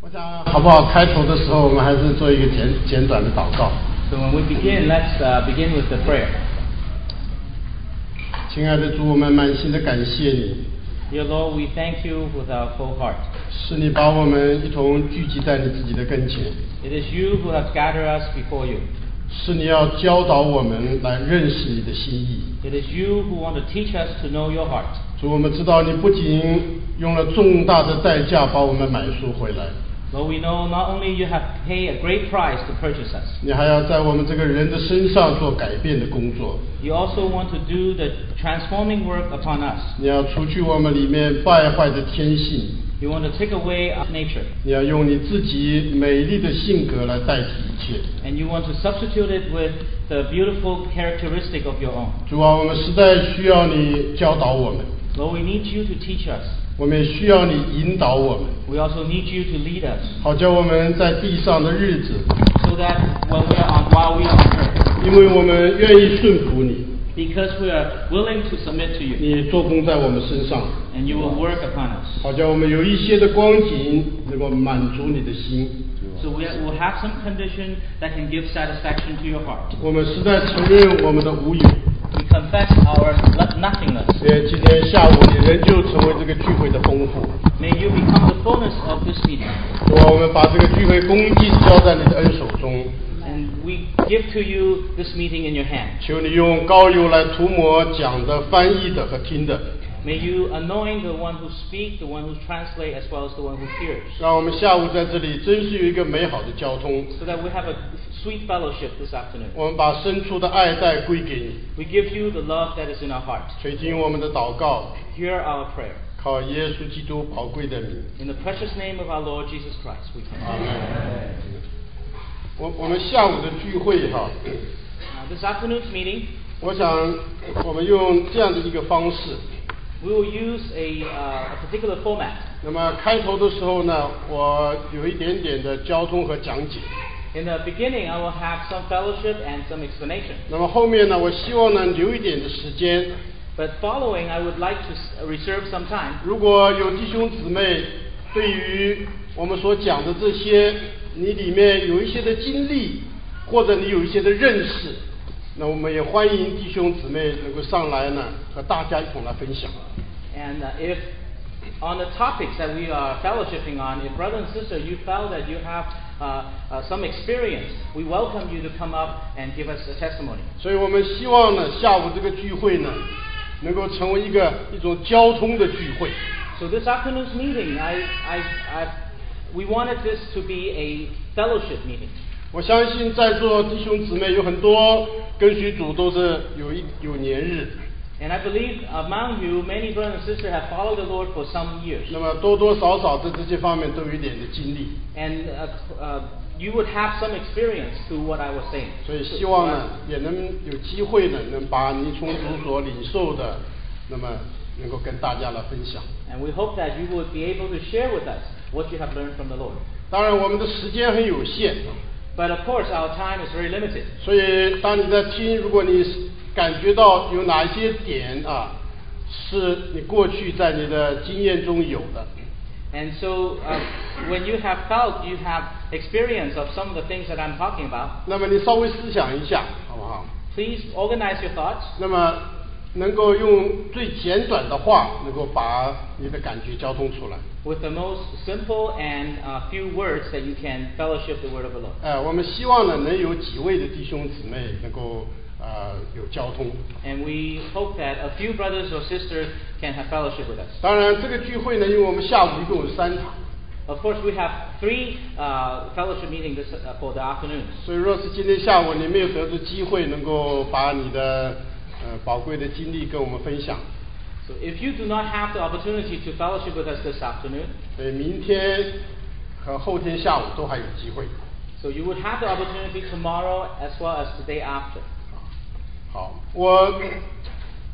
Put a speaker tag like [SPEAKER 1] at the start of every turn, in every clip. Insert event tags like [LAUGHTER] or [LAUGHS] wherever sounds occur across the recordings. [SPEAKER 1] 我想好不好？开头的时候我们还是做一个简简短的祷告。
[SPEAKER 2] So when we begin, let's uh, begin with the prayer.
[SPEAKER 1] 亲爱的主，我们满心的感谢你，
[SPEAKER 2] Dear Lord, we thank you with our whole heart.
[SPEAKER 1] 是你把我们一同聚集在你自己的跟前，
[SPEAKER 2] It is you who have gathered us before you.
[SPEAKER 1] 是你要教导我们来认识你的心意。
[SPEAKER 2] It is you who want to teach us to know your heart.
[SPEAKER 1] 主，我们知道你不仅用了重大的代价把我们买赎回来，
[SPEAKER 2] Lord, we know not only you have paid a great price to purchase us,
[SPEAKER 1] 你还要在我们这个人的身上做改变的工作。
[SPEAKER 2] you also want to do the transforming work upon us.
[SPEAKER 1] 你要除去我们里面败坏的天性，
[SPEAKER 2] You want to take away our nature,
[SPEAKER 1] 你要用你自己美丽的性格来代替一切。
[SPEAKER 2] and you want to substitute it with the beautiful characteristic of your own.
[SPEAKER 1] 主啊，我们实在需要你教导我们，
[SPEAKER 2] Lord, we need you to teach us.
[SPEAKER 1] 我们也需要你引导我们，
[SPEAKER 2] We also need you to lead us,
[SPEAKER 1] 好叫我们在地上的日子，
[SPEAKER 2] so that when we are on, while we are on earth,
[SPEAKER 1] 因为我们愿意顺服你，
[SPEAKER 2] because we are willing to submit to you,
[SPEAKER 1] 你做工在我们身上，
[SPEAKER 2] and you will work upon us.
[SPEAKER 1] 好叫我们有一些的光景能够满足你的心。
[SPEAKER 2] So we will have some condition that can give satisfaction to your heart.
[SPEAKER 1] 我们实在承认我们的无有，
[SPEAKER 2] We confess our lo- nothingness.
[SPEAKER 1] 也今天下午你仍旧成为这个聚会的丰富。
[SPEAKER 2] May you become the fullness of this meeting.
[SPEAKER 1] 主啊，我们把这个聚会公义交在你的恩手中，
[SPEAKER 2] And we give to you this meeting in your hand.
[SPEAKER 1] 求你用高油来涂抹讲的、翻译的和听的，
[SPEAKER 2] May you anoint the one who speaks, the one who translates, as well as the one who hears,
[SPEAKER 1] 让我们下午在这里真是有一个美好的交通。
[SPEAKER 2] so that we have a sweet fellowship this afternoon.
[SPEAKER 1] 我们把深处的爱戴归给你，
[SPEAKER 2] We give you the love that is in our heart.
[SPEAKER 1] 垂听我们的祷告，
[SPEAKER 2] Hear our prayer.
[SPEAKER 1] 靠耶稣基督宝贵的名。
[SPEAKER 2] In the precious name of our Lord Jesus Christ, we pray.
[SPEAKER 1] 阿门。我我们下午的聚会哈，
[SPEAKER 2] Now, this afternoon's meeting,
[SPEAKER 1] 我想我们用这样的一个方式。
[SPEAKER 2] we will use a, uh, a particular format.
[SPEAKER 1] 那么开头的时候呢，我有一点点的交通和讲解。
[SPEAKER 2] In the beginning, I will have some fellowship and some explanation.
[SPEAKER 1] 那么后面呢，我希望呢留一点的时间，
[SPEAKER 2] But following, I would like to s- reserve some time.
[SPEAKER 1] 如果有弟兄姊妹对于我们所讲的这些，你里面有一些的经历，或者你有一些的认识，那我们也欢迎弟兄姊妹能够上来呢，和大家一同来分享。
[SPEAKER 2] And uh, if on the topics that we are fellowshipping on, if brother and sister, you felt that you have uh, uh, some experience, we welcome you to come up and give us a testimony.
[SPEAKER 1] 所以我们希望呢，下午这个聚会呢，能够成为一个一种交通的聚会。
[SPEAKER 2] So this afternoon's meeting, I, I, I, we wanted this to be a fellowship meeting.
[SPEAKER 1] 我相信在座弟兄姊妹有很多跟随主都是有一有年日，
[SPEAKER 2] And I believe among you, many brothers and sisters have followed the Lord for some years.
[SPEAKER 1] 那么多多少少在这些方面都有一点的经历。
[SPEAKER 2] And uh, uh, you would have some experience to what I was saying.
[SPEAKER 1] 所以希望呢，也能有机会呢，能把你从主所领受的，那么能够跟大家来分享。
[SPEAKER 2] And we hope that you would be able to share with us what you have learned from the Lord.
[SPEAKER 1] 当然，我们的时间很有限，啊
[SPEAKER 2] But of course, our time is very limited.
[SPEAKER 1] 所以当你在听，如果你感觉到有哪一些点啊，是你过去在你的经验中有的，
[SPEAKER 2] And so, uh, when you have felt you have experience of some of the things that I'm talking about,
[SPEAKER 1] 那么你稍微思想一下，好不好？
[SPEAKER 2] please organize your thoughts
[SPEAKER 1] 那么能够用最简短的话，能够把你的感觉交通出来。
[SPEAKER 2] with the most simple and uh, few words that you can fellowship the word of the Lord.
[SPEAKER 1] 呃，我们希望呢，能有几位的弟兄姊妹能够呃有交通。
[SPEAKER 2] And we hope that a few brothers or sisters can have fellowship with us.
[SPEAKER 1] 当然，这个聚会呢，因为我们下午一共有三场，
[SPEAKER 2] Of course, we have three uh, fellowship meetings this, uh, for the afternoon.
[SPEAKER 1] 所以若是今天下午你没有得到机会，能够把你的呃宝贵的经历跟我们分享，
[SPEAKER 2] So if you do not have the opportunity to fellowship with us this afternoon,
[SPEAKER 1] 所以明天和后天下午都还有机会。
[SPEAKER 2] so you would have the opportunity tomorrow as well as the day after.
[SPEAKER 1] 好，我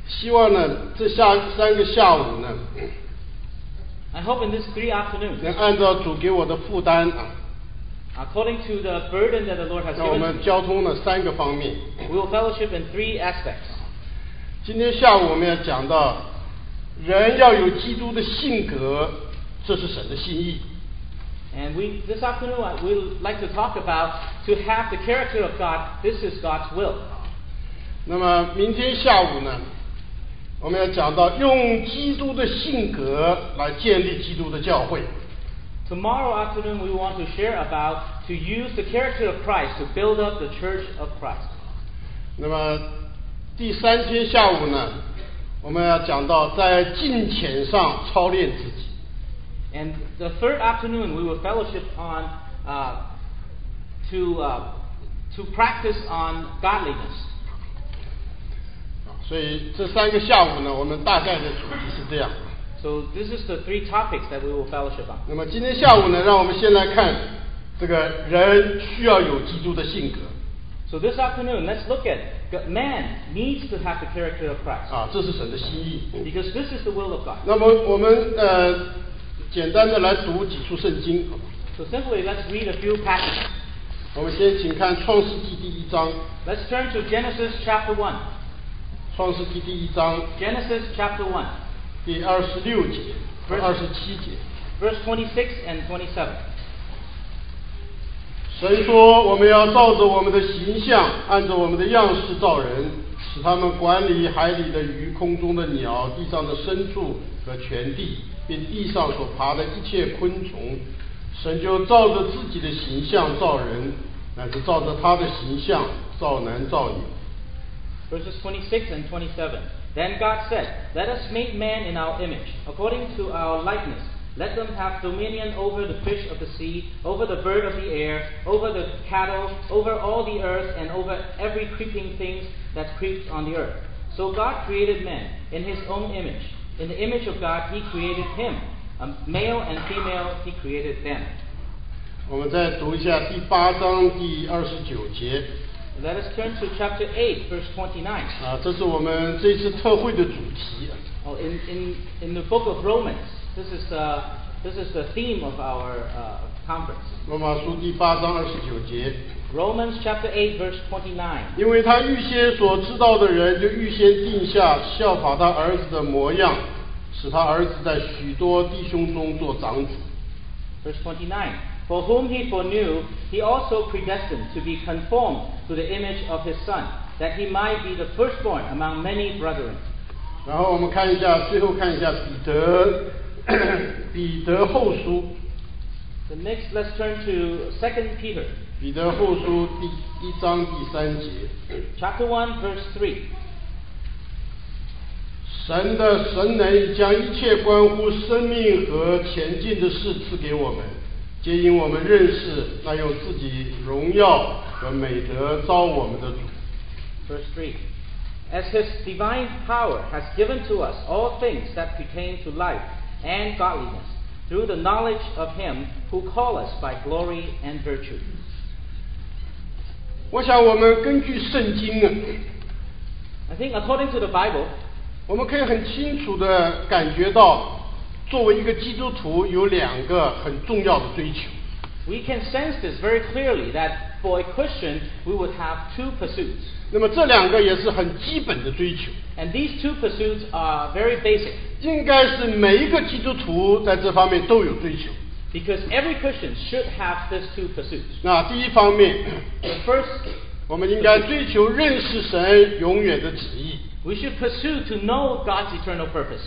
[SPEAKER 1] 希望呢，这下三个下午呢，
[SPEAKER 2] I hope in these three afternoons,
[SPEAKER 1] 能按照主给我的负担啊，
[SPEAKER 2] according to the burden that the Lord has
[SPEAKER 1] 让我
[SPEAKER 2] given
[SPEAKER 1] 们
[SPEAKER 2] to me,
[SPEAKER 1] 交通呢三个方面。
[SPEAKER 2] we will fellowship in three aspects.
[SPEAKER 1] 今天下午我们要讲到，人要有基督的性格，这是神的心意。
[SPEAKER 2] And we, this afternoon, I- we like to talk about to have the character of God. This is God's will.
[SPEAKER 1] 那么明天下午呢，我们要讲到用基督的性格来建立基督的教会。
[SPEAKER 2] Tomorrow afternoon, we want to share about to use the character of Christ to build up the church of Christ.
[SPEAKER 1] 那么第三天下午呢，我们要讲到在金钱上操练自己。
[SPEAKER 2] And the third afternoon, we will fellowship on uh, to uh, to practice on godliness.
[SPEAKER 1] 所以这三个下午呢，我们大概的主题是这样。
[SPEAKER 2] So this is the three topics that we will fellowship on.
[SPEAKER 1] 那么今天下午呢，让我们先来看这个人需要有基督的性格
[SPEAKER 2] So this afternoon, let's look at God- man needs to have the character of Christ
[SPEAKER 1] 啊，这是神的心意。
[SPEAKER 2] because this is the will of God.
[SPEAKER 1] 那么我们呃，简单的来读几处圣经。好吧
[SPEAKER 2] So simply, let's read a few passages.
[SPEAKER 1] 我们先请看创世纪第一章《
[SPEAKER 2] Let's turn to Genesis chapter one.
[SPEAKER 1] 创世纪》第一章，《
[SPEAKER 2] Genesis chapter one,
[SPEAKER 1] 第二十六节和二十七节。
[SPEAKER 2] verse 26 and 27.
[SPEAKER 1] 神说：“我们要照着我们的形象，按照我们的样式造人，使他们管理海里的鱼、空中的鸟、地上的牲畜和全地，并地上所爬的一切昆虫。”神就照着自己的形象造人，乃是照着他的形象造男造女。
[SPEAKER 2] Verses 26 and 27. Then God said, Let us make man in our image, according to our likeness. Let them have dominion over the fish of the sea, over the bird of the air, over the cattle, over all the earth, and over every creeping thing that creeps on the earth. So God created man in his own image. In the image of God, he created him. A male and female, he created them.
[SPEAKER 1] 我们再读一下第八章第二十九节
[SPEAKER 2] Let us turn to chapter 8, verse 29.
[SPEAKER 1] 啊，这是我们这次特会的主题。
[SPEAKER 2] Oh, in, in, in the book of Romans, this is, uh, this is the theme of our uh, conference.
[SPEAKER 1] 罗马书第八章二十九节，
[SPEAKER 2] Romans chapter 8, verse 29.
[SPEAKER 1] 因为他预先所知道的人，就预先定下效法他儿子的模样，使他儿子在许多弟兄中做长子。
[SPEAKER 2] Verse 29. For whom he foreknew, he also predestined to be conformed to the image of his Son, that he might be the firstborn among many brethren.
[SPEAKER 1] 然后我们看一下，最后看一下彼得彼得后书，
[SPEAKER 2] The next, let's turn to 2 Peter,
[SPEAKER 1] 彼得后书第一章第三节。
[SPEAKER 2] chapter 1, verse 3.
[SPEAKER 1] 神的神能将一切关乎生命和前进的事赐给我们，皆因我们认识那用自己荣耀和美德招我们的主。
[SPEAKER 2] Verse 3. As his divine power has given to us all things that pertain to life and godliness, through the knowledge of him who called us by glory and virtue.
[SPEAKER 1] 我想，我们根据圣经啊，
[SPEAKER 2] I think according to the Bible,
[SPEAKER 1] 我们可以很清楚的感觉到，作为一个基督徒，有两个很重要的追求。
[SPEAKER 2] we can sense this very clearly that for a Christian, we would have two pursuits.
[SPEAKER 1] 那么这两个也是很基本的追求，
[SPEAKER 2] And these two pursuits are very basic
[SPEAKER 1] 应该是每一个基督徒在这方面都有追求。
[SPEAKER 2] because every Christian should have these two pursuits.
[SPEAKER 1] 那第一方面， [CLEARS THROAT]
[SPEAKER 2] The first,
[SPEAKER 1] 我们应该追求认识神永远的旨意。
[SPEAKER 2] we should pursue to know God's eternal purpose.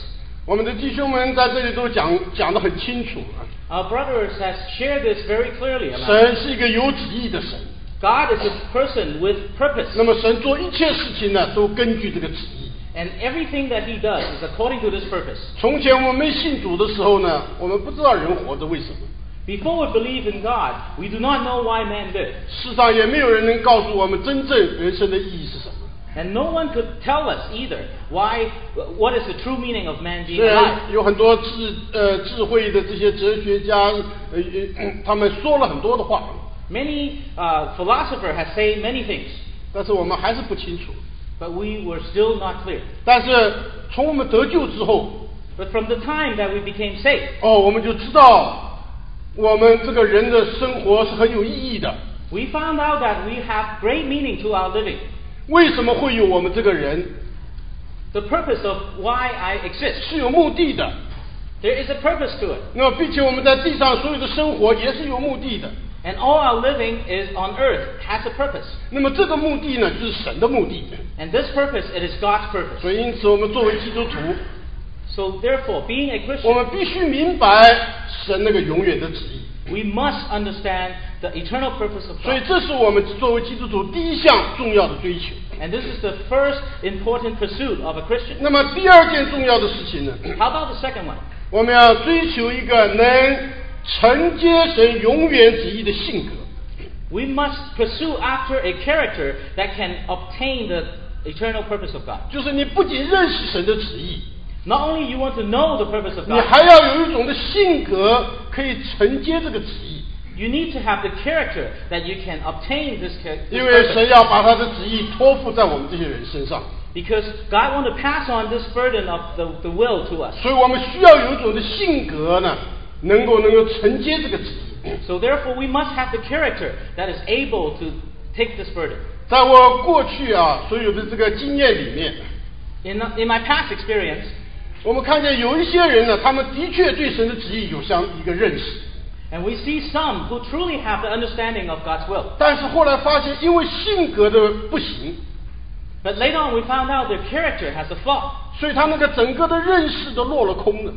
[SPEAKER 1] 我们的弟兄们在这里都讲讲得很清楚啊，
[SPEAKER 2] Our brothers has shared this very clearly. among us.
[SPEAKER 1] 神是一个有旨意的神，
[SPEAKER 2] God is a person with purpose,
[SPEAKER 1] 那么神做一切事情呢，都根据这个旨意。
[SPEAKER 2] and everything that He does is according to this purpose.
[SPEAKER 1] 从前我们没信主的时候呢，我们不知道人活着为什么，
[SPEAKER 2] Before we believe in God, we do not know why man lives,
[SPEAKER 1] 世上也没有人能告诉我们真正人生的意义是什么。
[SPEAKER 2] and no one could tell us either why, what is the true meaning of man being
[SPEAKER 1] 虽
[SPEAKER 2] alive.
[SPEAKER 1] 然有很多智呃智慧的这些哲学家，呃呃他们说了很多的话，
[SPEAKER 2] Many uh, philosophers have said many things,
[SPEAKER 1] 但是我们还是不清楚。
[SPEAKER 2] but we were still not clear.
[SPEAKER 1] 但是从我们得救之后，
[SPEAKER 2] But from the time that we became saved,
[SPEAKER 1] 哦，我们就知道我们这个人的生活是很有意义的。
[SPEAKER 2] we found out that we have great meaning to our living.
[SPEAKER 1] 为什么会有我们这个人
[SPEAKER 2] The purpose of why I exist
[SPEAKER 1] 是有目的的？
[SPEAKER 2] There is a purpose to it.
[SPEAKER 1] 那么，并且我们在地上所有的生活也是有目的的。
[SPEAKER 2] And all our living is on earth has a purpose.
[SPEAKER 1] 那么，这个目的呢，就是神的目的。
[SPEAKER 2] And this purpose, it is God's purpose.
[SPEAKER 1] 所以，因此我们作为基督徒，
[SPEAKER 2] So therefore, being a
[SPEAKER 1] 我
[SPEAKER 2] Christian,
[SPEAKER 1] 们必须明白神那个永远的旨意。
[SPEAKER 2] we must understand the eternal purpose of
[SPEAKER 1] 所以
[SPEAKER 2] God.
[SPEAKER 1] 这是我们作为基督徒第一项重要的追求。
[SPEAKER 2] And this is the first important pursuit of a Christian.
[SPEAKER 1] 那么第二件重要的事情呢，
[SPEAKER 2] How about the second one?
[SPEAKER 1] 我们要追求一个能承接神永远旨意的性格。
[SPEAKER 2] We must pursue after a character that can obtain the eternal purpose of God.
[SPEAKER 1] 就是你不仅认识神的旨意，
[SPEAKER 2] Not only you want to know the purpose of
[SPEAKER 1] 你
[SPEAKER 2] God,
[SPEAKER 1] 还要有一种的性格可以承接这个旨意，
[SPEAKER 2] you need to have the character that you can obtain this, cha- this
[SPEAKER 1] 因为
[SPEAKER 2] purpose.
[SPEAKER 1] 神要把他的旨意托付在我们这些人身上，
[SPEAKER 2] Because God want to pass on this burden of the, the will to us.
[SPEAKER 1] 所以我们需要有一种的性格呢，能够能够承接这个旨意。
[SPEAKER 2] So therefore, we must have the character that is able to take this burden.
[SPEAKER 1] [COUGHS] 在我过去啊所有的这个经验里面，
[SPEAKER 2] In, in my past experience,
[SPEAKER 1] 我们看见有一些人呢，他们的确对神的旨意有相一个认识，
[SPEAKER 2] and we see some who truly have the understanding of God's will.
[SPEAKER 1] 但是后来发现，因为性格的不行，
[SPEAKER 2] But later on, we found out their character has a flaw.
[SPEAKER 1] 所以他那个整个的认识都落了空了，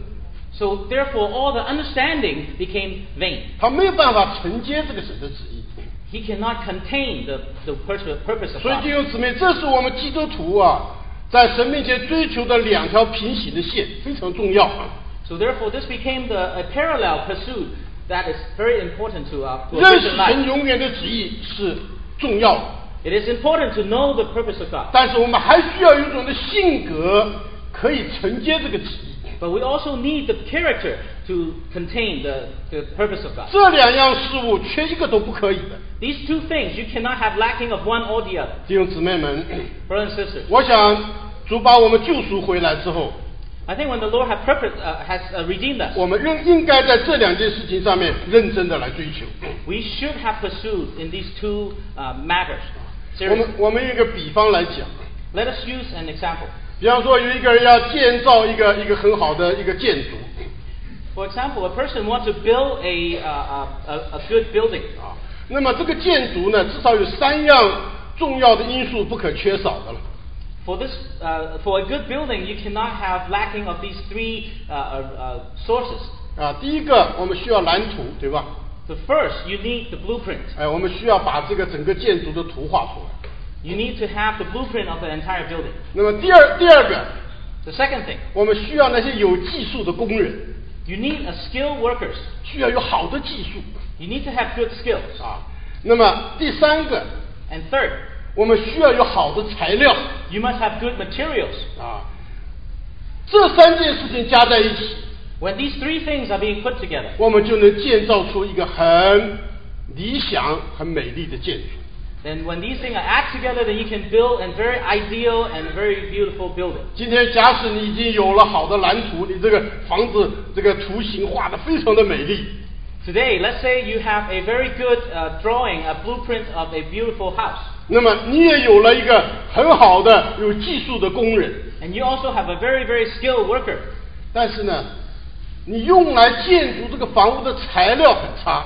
[SPEAKER 2] So therefore, all the understanding became vain.
[SPEAKER 1] 他没有办法承接这个神的旨意。
[SPEAKER 2] He cannot contain the, the pur- purpose of
[SPEAKER 1] 所以
[SPEAKER 2] God.
[SPEAKER 1] 弟兄姊妹，这是我们基督徒啊，在神面前追求的两条平行的线，非常重要。
[SPEAKER 2] So therefore, this became the, a parallel pursuit that is very important to our to a
[SPEAKER 1] 认识
[SPEAKER 2] Christian
[SPEAKER 1] 神
[SPEAKER 2] life.
[SPEAKER 1] 永远的旨意是重要的，
[SPEAKER 2] It is important to know the purpose of God,
[SPEAKER 1] 但是我们还需要有一种的性格可以承接这个旨意。
[SPEAKER 2] but we also need the character to contain the, the purpose of God.
[SPEAKER 1] 这两样事物缺一个都不可以的。
[SPEAKER 2] These two things, you cannot have lacking of one or the other.
[SPEAKER 1] 弟兄姊妹们， [CLEARS THROAT]
[SPEAKER 2] Brothers and sisters,
[SPEAKER 1] 我想主把我们救赎回来之后，
[SPEAKER 2] I think when the Lord has, purpose, uh, has uh, redeemed us,
[SPEAKER 1] 我们认应该在这两件事情上面认真的来追求。
[SPEAKER 2] we should have pursued in these two uh, matters.
[SPEAKER 1] 我们
[SPEAKER 2] Seriously.
[SPEAKER 1] 我们用一个比方来讲，
[SPEAKER 2] Let us use an example.
[SPEAKER 1] 比方说有一个人要建造一个一个很好的一个建筑
[SPEAKER 2] For example, a person wants to build a, uh, a, a, a good building.
[SPEAKER 1] 啊，那么这个建筑呢，至少有三样重要的因素不可缺少的了。
[SPEAKER 2] For this, uh, for a good building, you cannot have lacking of these three uh, uh, uh, sources.
[SPEAKER 1] 啊，第一个我们需要蓝图，对吧？
[SPEAKER 2] The first, you need the blueprint.
[SPEAKER 1] 哎，我们需要把这个整个建筑的图画出来。
[SPEAKER 2] You need to have the blueprint of the entire building.
[SPEAKER 1] 那么第二第二个，
[SPEAKER 2] The second thing,
[SPEAKER 1] 我们需要那些有技术的工人，
[SPEAKER 2] you need a skilled workers.
[SPEAKER 1] 需要有好的技术
[SPEAKER 2] You need to have good skills.
[SPEAKER 1] 啊。那么第三个，
[SPEAKER 2] And third,
[SPEAKER 1] 我们需要有好的材料
[SPEAKER 2] you must have good materials.
[SPEAKER 1] 啊。这三件事情加在一起，
[SPEAKER 2] When these three things are being put together,
[SPEAKER 1] 我们就能建造出一个很理想、很美丽的建筑。
[SPEAKER 2] then when these things are added together, then you can build a very ideal and very beautiful building.
[SPEAKER 1] 今天，假使你已经有了好的蓝图，你这个房子这个图形画得非常的美丽，
[SPEAKER 2] Today, let's say you have a very good uh, drawing, a blueprint of a beautiful house,
[SPEAKER 1] 那么你也有了一个很好的有技术的工人，
[SPEAKER 2] and you also have a very, very skilled worker.
[SPEAKER 1] 但是呢，你用来建筑这个房屋的材料很差，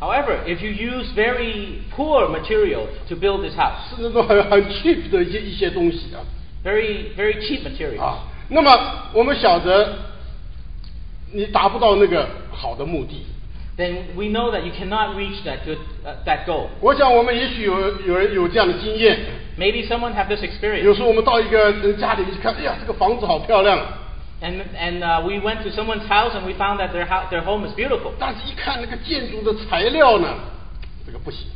[SPEAKER 2] However, if you use very poor material to build this house,
[SPEAKER 1] 是那种很很 cheap 的一些一些东西啊
[SPEAKER 2] very, very cheap material,
[SPEAKER 1] 啊。那么我们晓得，你达不到那个好的目的。
[SPEAKER 2] then we know that you cannot reach that good, uh, that goal.
[SPEAKER 1] 我想我们也许有有人有这样的经验，
[SPEAKER 2] Maybe someone have this
[SPEAKER 1] 有
[SPEAKER 2] experience,
[SPEAKER 1] 时候我们到一个人家里去看，哎呀，这个房子好漂亮，啊
[SPEAKER 2] and and uh, we went to someone's house and we found that their house, their home is beautiful,
[SPEAKER 1] 但是一看那个建筑的材料呢，这个不行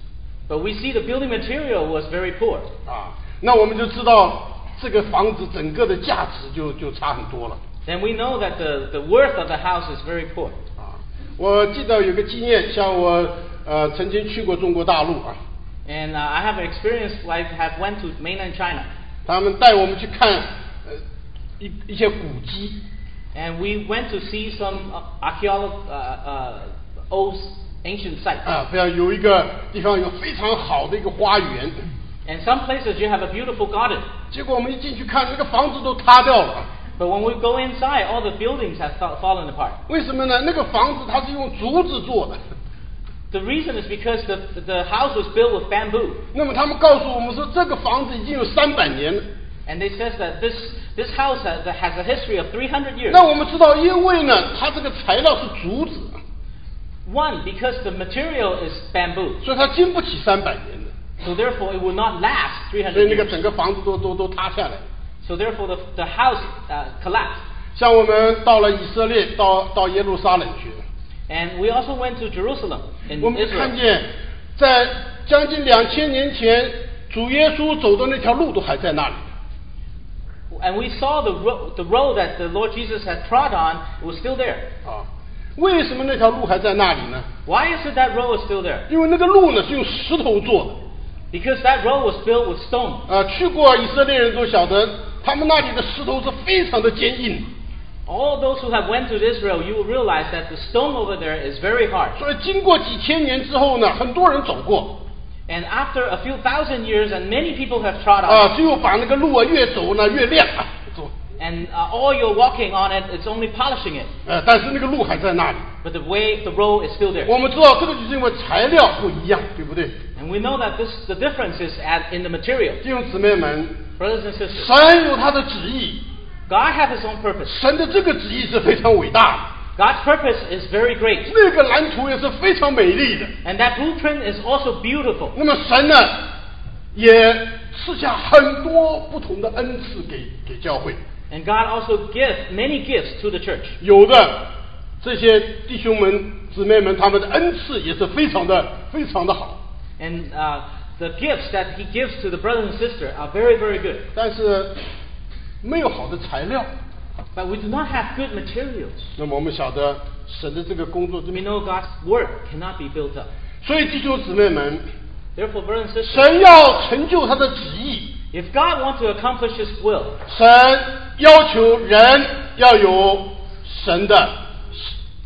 [SPEAKER 2] but we see the building material was very poor.
[SPEAKER 1] 啊，那我们就知道这个房子整个的价值就就差很多了。
[SPEAKER 2] Then we know that the, the worth of the house is very poor.
[SPEAKER 1] 啊，我记得有个经验，像我呃曾经去过中国大陆啊，
[SPEAKER 2] And uh, I have an experience where I have went to mainland China,
[SPEAKER 1] 他们带我们去看呃一一些古迹，
[SPEAKER 2] and we went to see some uh, archaeological uh, uh, old ancient sites.
[SPEAKER 1] 啊，非常有一个地方有非常好的一个花园，
[SPEAKER 2] And some places you have a beautiful garden,
[SPEAKER 1] 结果我们一进去看，那个房子都塌掉了，
[SPEAKER 2] But when we go inside, all the buildings have fa- fallen apart.
[SPEAKER 1] 为什么呢？那个房子它是用竹子做的，
[SPEAKER 2] The reason is because the, the house was built with bamboo.
[SPEAKER 1] 那么他们告诉我们说，这个房子已经有三百年了。
[SPEAKER 2] And they says that this, this house has, that has a history of 300 years.
[SPEAKER 1] 那我们知道，因为呢，它这个材料是竹子，
[SPEAKER 2] One, because the material is bamboo.
[SPEAKER 1] 所以它经不起三百年的，
[SPEAKER 2] So therefore, it will not last
[SPEAKER 1] 所以
[SPEAKER 2] 300
[SPEAKER 1] 那个整
[SPEAKER 2] years.
[SPEAKER 1] 个房子都都都塌下来了。
[SPEAKER 2] So therefore, the, the house uh, collapsed.
[SPEAKER 1] 像我们到了以色列，到到耶路撒冷去，
[SPEAKER 2] And we also went to Jerusalem in
[SPEAKER 1] 我们就看
[SPEAKER 2] Israel.
[SPEAKER 1] 见，在将近两千年前，主耶稣走的那条路都还在那里。
[SPEAKER 2] And we saw the, ro- the road that the Lord Jesus had trod on was still there.
[SPEAKER 1] 啊，为什么那条路还在那里呢？
[SPEAKER 2] Why is it that road is still there?
[SPEAKER 1] 因为那个路呢是用石头做的。
[SPEAKER 2] Because that road was built with stone.
[SPEAKER 1] 呃，去过以色列人都晓得，他们那里的石头是非常的坚硬，
[SPEAKER 2] All those who have went to Israel, you will realize that the stone over there is very hard.
[SPEAKER 1] 所以经过几千年之后呢，很多人走过，
[SPEAKER 2] And after a few thousand years, and many people have trod on it,
[SPEAKER 1] 啊，只有把那个路啊越走呢越亮啊，走，
[SPEAKER 2] and uh, all you're walking on it, it's only polishing it.
[SPEAKER 1] 呃，但是那个路还在那里。
[SPEAKER 2] But the way, the road is still there.
[SPEAKER 1] 我们知道这个就是因为材料不一样，对不对？
[SPEAKER 2] And we know that this, the difference is at, in the material.
[SPEAKER 1] 弟兄姊妹们，
[SPEAKER 2] Brothers and sisters,
[SPEAKER 1] 神有他的旨意，
[SPEAKER 2] God has His own purpose.
[SPEAKER 1] 神的这个旨意是非常伟大
[SPEAKER 2] God's purpose is very
[SPEAKER 1] 的，
[SPEAKER 2] great.
[SPEAKER 1] 那个蓝图也是非常美丽的。
[SPEAKER 2] And that blueprint is also beautiful.
[SPEAKER 1] 那么神呢，也赐下很多不同的恩赐给给教会，
[SPEAKER 2] And God also gives many gifts to the church.
[SPEAKER 1] 有的这些弟兄们、姊妹们，他们的恩赐也是非常的、非常的好。
[SPEAKER 2] And uh, the gifts that He gives to the brothers and sisters are very, very good.
[SPEAKER 1] 但是没有好的材料。
[SPEAKER 2] But we do not have good materials.
[SPEAKER 1] 那么我们晓得神的这个工作这
[SPEAKER 2] We
[SPEAKER 1] 边，
[SPEAKER 2] know God's work cannot be built up.
[SPEAKER 1] 所以弟兄姊妹们，
[SPEAKER 2] Therefore, brothers and sisters,
[SPEAKER 1] 神要成就他的旨意，
[SPEAKER 2] if God wants to accomplish His will,
[SPEAKER 1] 神要求人要有神的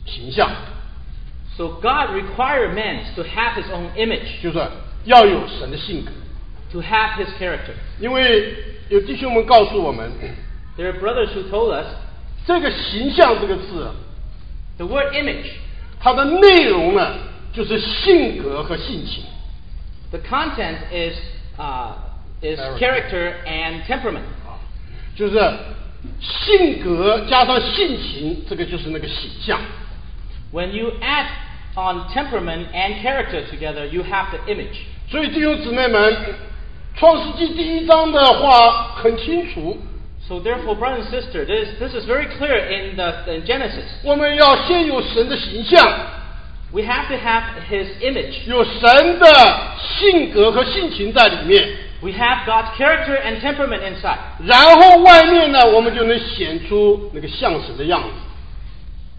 [SPEAKER 1] 形象，
[SPEAKER 2] so God requires man to have His own image,
[SPEAKER 1] 就是要有神的性格。
[SPEAKER 2] to have His character.
[SPEAKER 1] 因为有弟兄们告诉我们，
[SPEAKER 2] There are brothers who told us
[SPEAKER 1] 这个“形象”这个字啊，
[SPEAKER 2] the word image,
[SPEAKER 1] 它的内容呢，就是性格和性情。
[SPEAKER 2] the content is, uh, is
[SPEAKER 1] Character.
[SPEAKER 2] character and temperament.
[SPEAKER 1] 就是性格加上性情，这个就是那个形象。
[SPEAKER 2] When you add on temperament and character together, you have the image.
[SPEAKER 1] 所以弟兄姊妹们，《创世纪》第一章的话很清楚，
[SPEAKER 2] So therefore, brother and sister, this, this is very clear in, the, in Genesis.
[SPEAKER 1] 我们要先有神的形象，
[SPEAKER 2] We have to have his image.
[SPEAKER 1] 有神的性格和性情在里面，
[SPEAKER 2] We have God's character and temperament inside.
[SPEAKER 1] 然后外面呢，我们就能显出那个像神的样子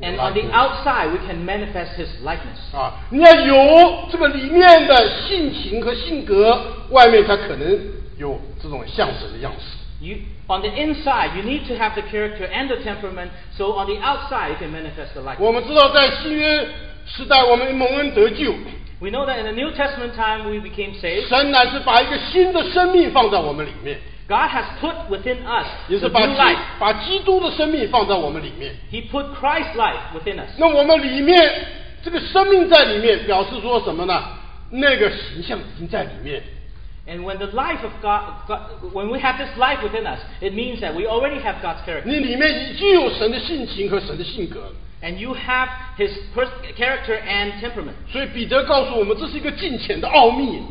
[SPEAKER 2] And on the outside, we can manifest his likeness.
[SPEAKER 1] 啊！你要有这个里面的性情和性格，外面才可能有这种像神的样子。
[SPEAKER 2] You, on the inside, you need to have the character and the temperament, so on the outside, you can manifest the likeness.
[SPEAKER 1] 我们知道，在新约时代，我们蒙恩得救，
[SPEAKER 2] We know that in the New Testament time, we became saved.
[SPEAKER 1] 神乃是把一个新的生命放在我们里面，
[SPEAKER 2] God has put within us
[SPEAKER 1] 也是
[SPEAKER 2] the new
[SPEAKER 1] 把基
[SPEAKER 2] life.
[SPEAKER 1] 把基督的生命放在我们里面。
[SPEAKER 2] He put Christ's life within us.
[SPEAKER 1] 那我们里面这个生命在里面，表示说什么呢？那个形象已经在里面。
[SPEAKER 2] And when the life of God, God, when we have this life within us, it means that we already have God's character.
[SPEAKER 1] 你里面已经有神的性情和神的性格了，
[SPEAKER 2] And you have His pers- character and temperament.
[SPEAKER 1] 所以彼得告诉我们，这是一个金钱的奥秘。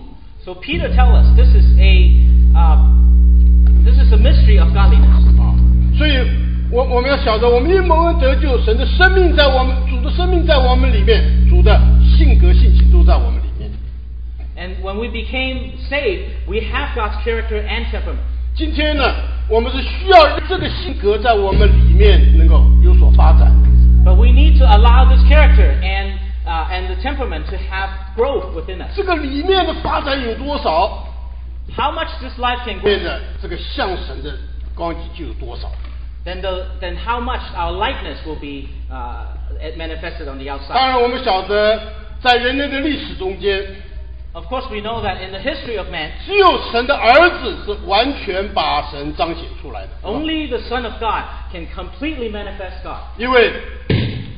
[SPEAKER 2] So Peter tells us this is a, uh, this is a mystery of godliness.
[SPEAKER 1] 啊所以，我我们要晓得，我们因蒙恩得救，神的生命在我们，主的生命在我们里面，主的性格、性情都在我们里面。
[SPEAKER 2] And when we became saved, we have God's character and temperament.
[SPEAKER 1] 今天呢，我们是需要让这个性格在我们里面能够有所发展。
[SPEAKER 2] But we need to allow this character and, uh, and the temperament to have growth within us.
[SPEAKER 1] 这个里面的发展有多少，
[SPEAKER 2] How much this life can
[SPEAKER 1] 里面
[SPEAKER 2] grow,
[SPEAKER 1] 的这个像神的光景就有多少。
[SPEAKER 2] then, the, then how much our likeness will be uh, manifested on the outside.
[SPEAKER 1] 当然，我们晓得，在人类的历史中间，
[SPEAKER 2] Of course, we know that in the history of man,
[SPEAKER 1] 只有神的儿子是完全把神彰显出来的，是吧
[SPEAKER 2] only the Son of God can completely manifest God.
[SPEAKER 1] 因为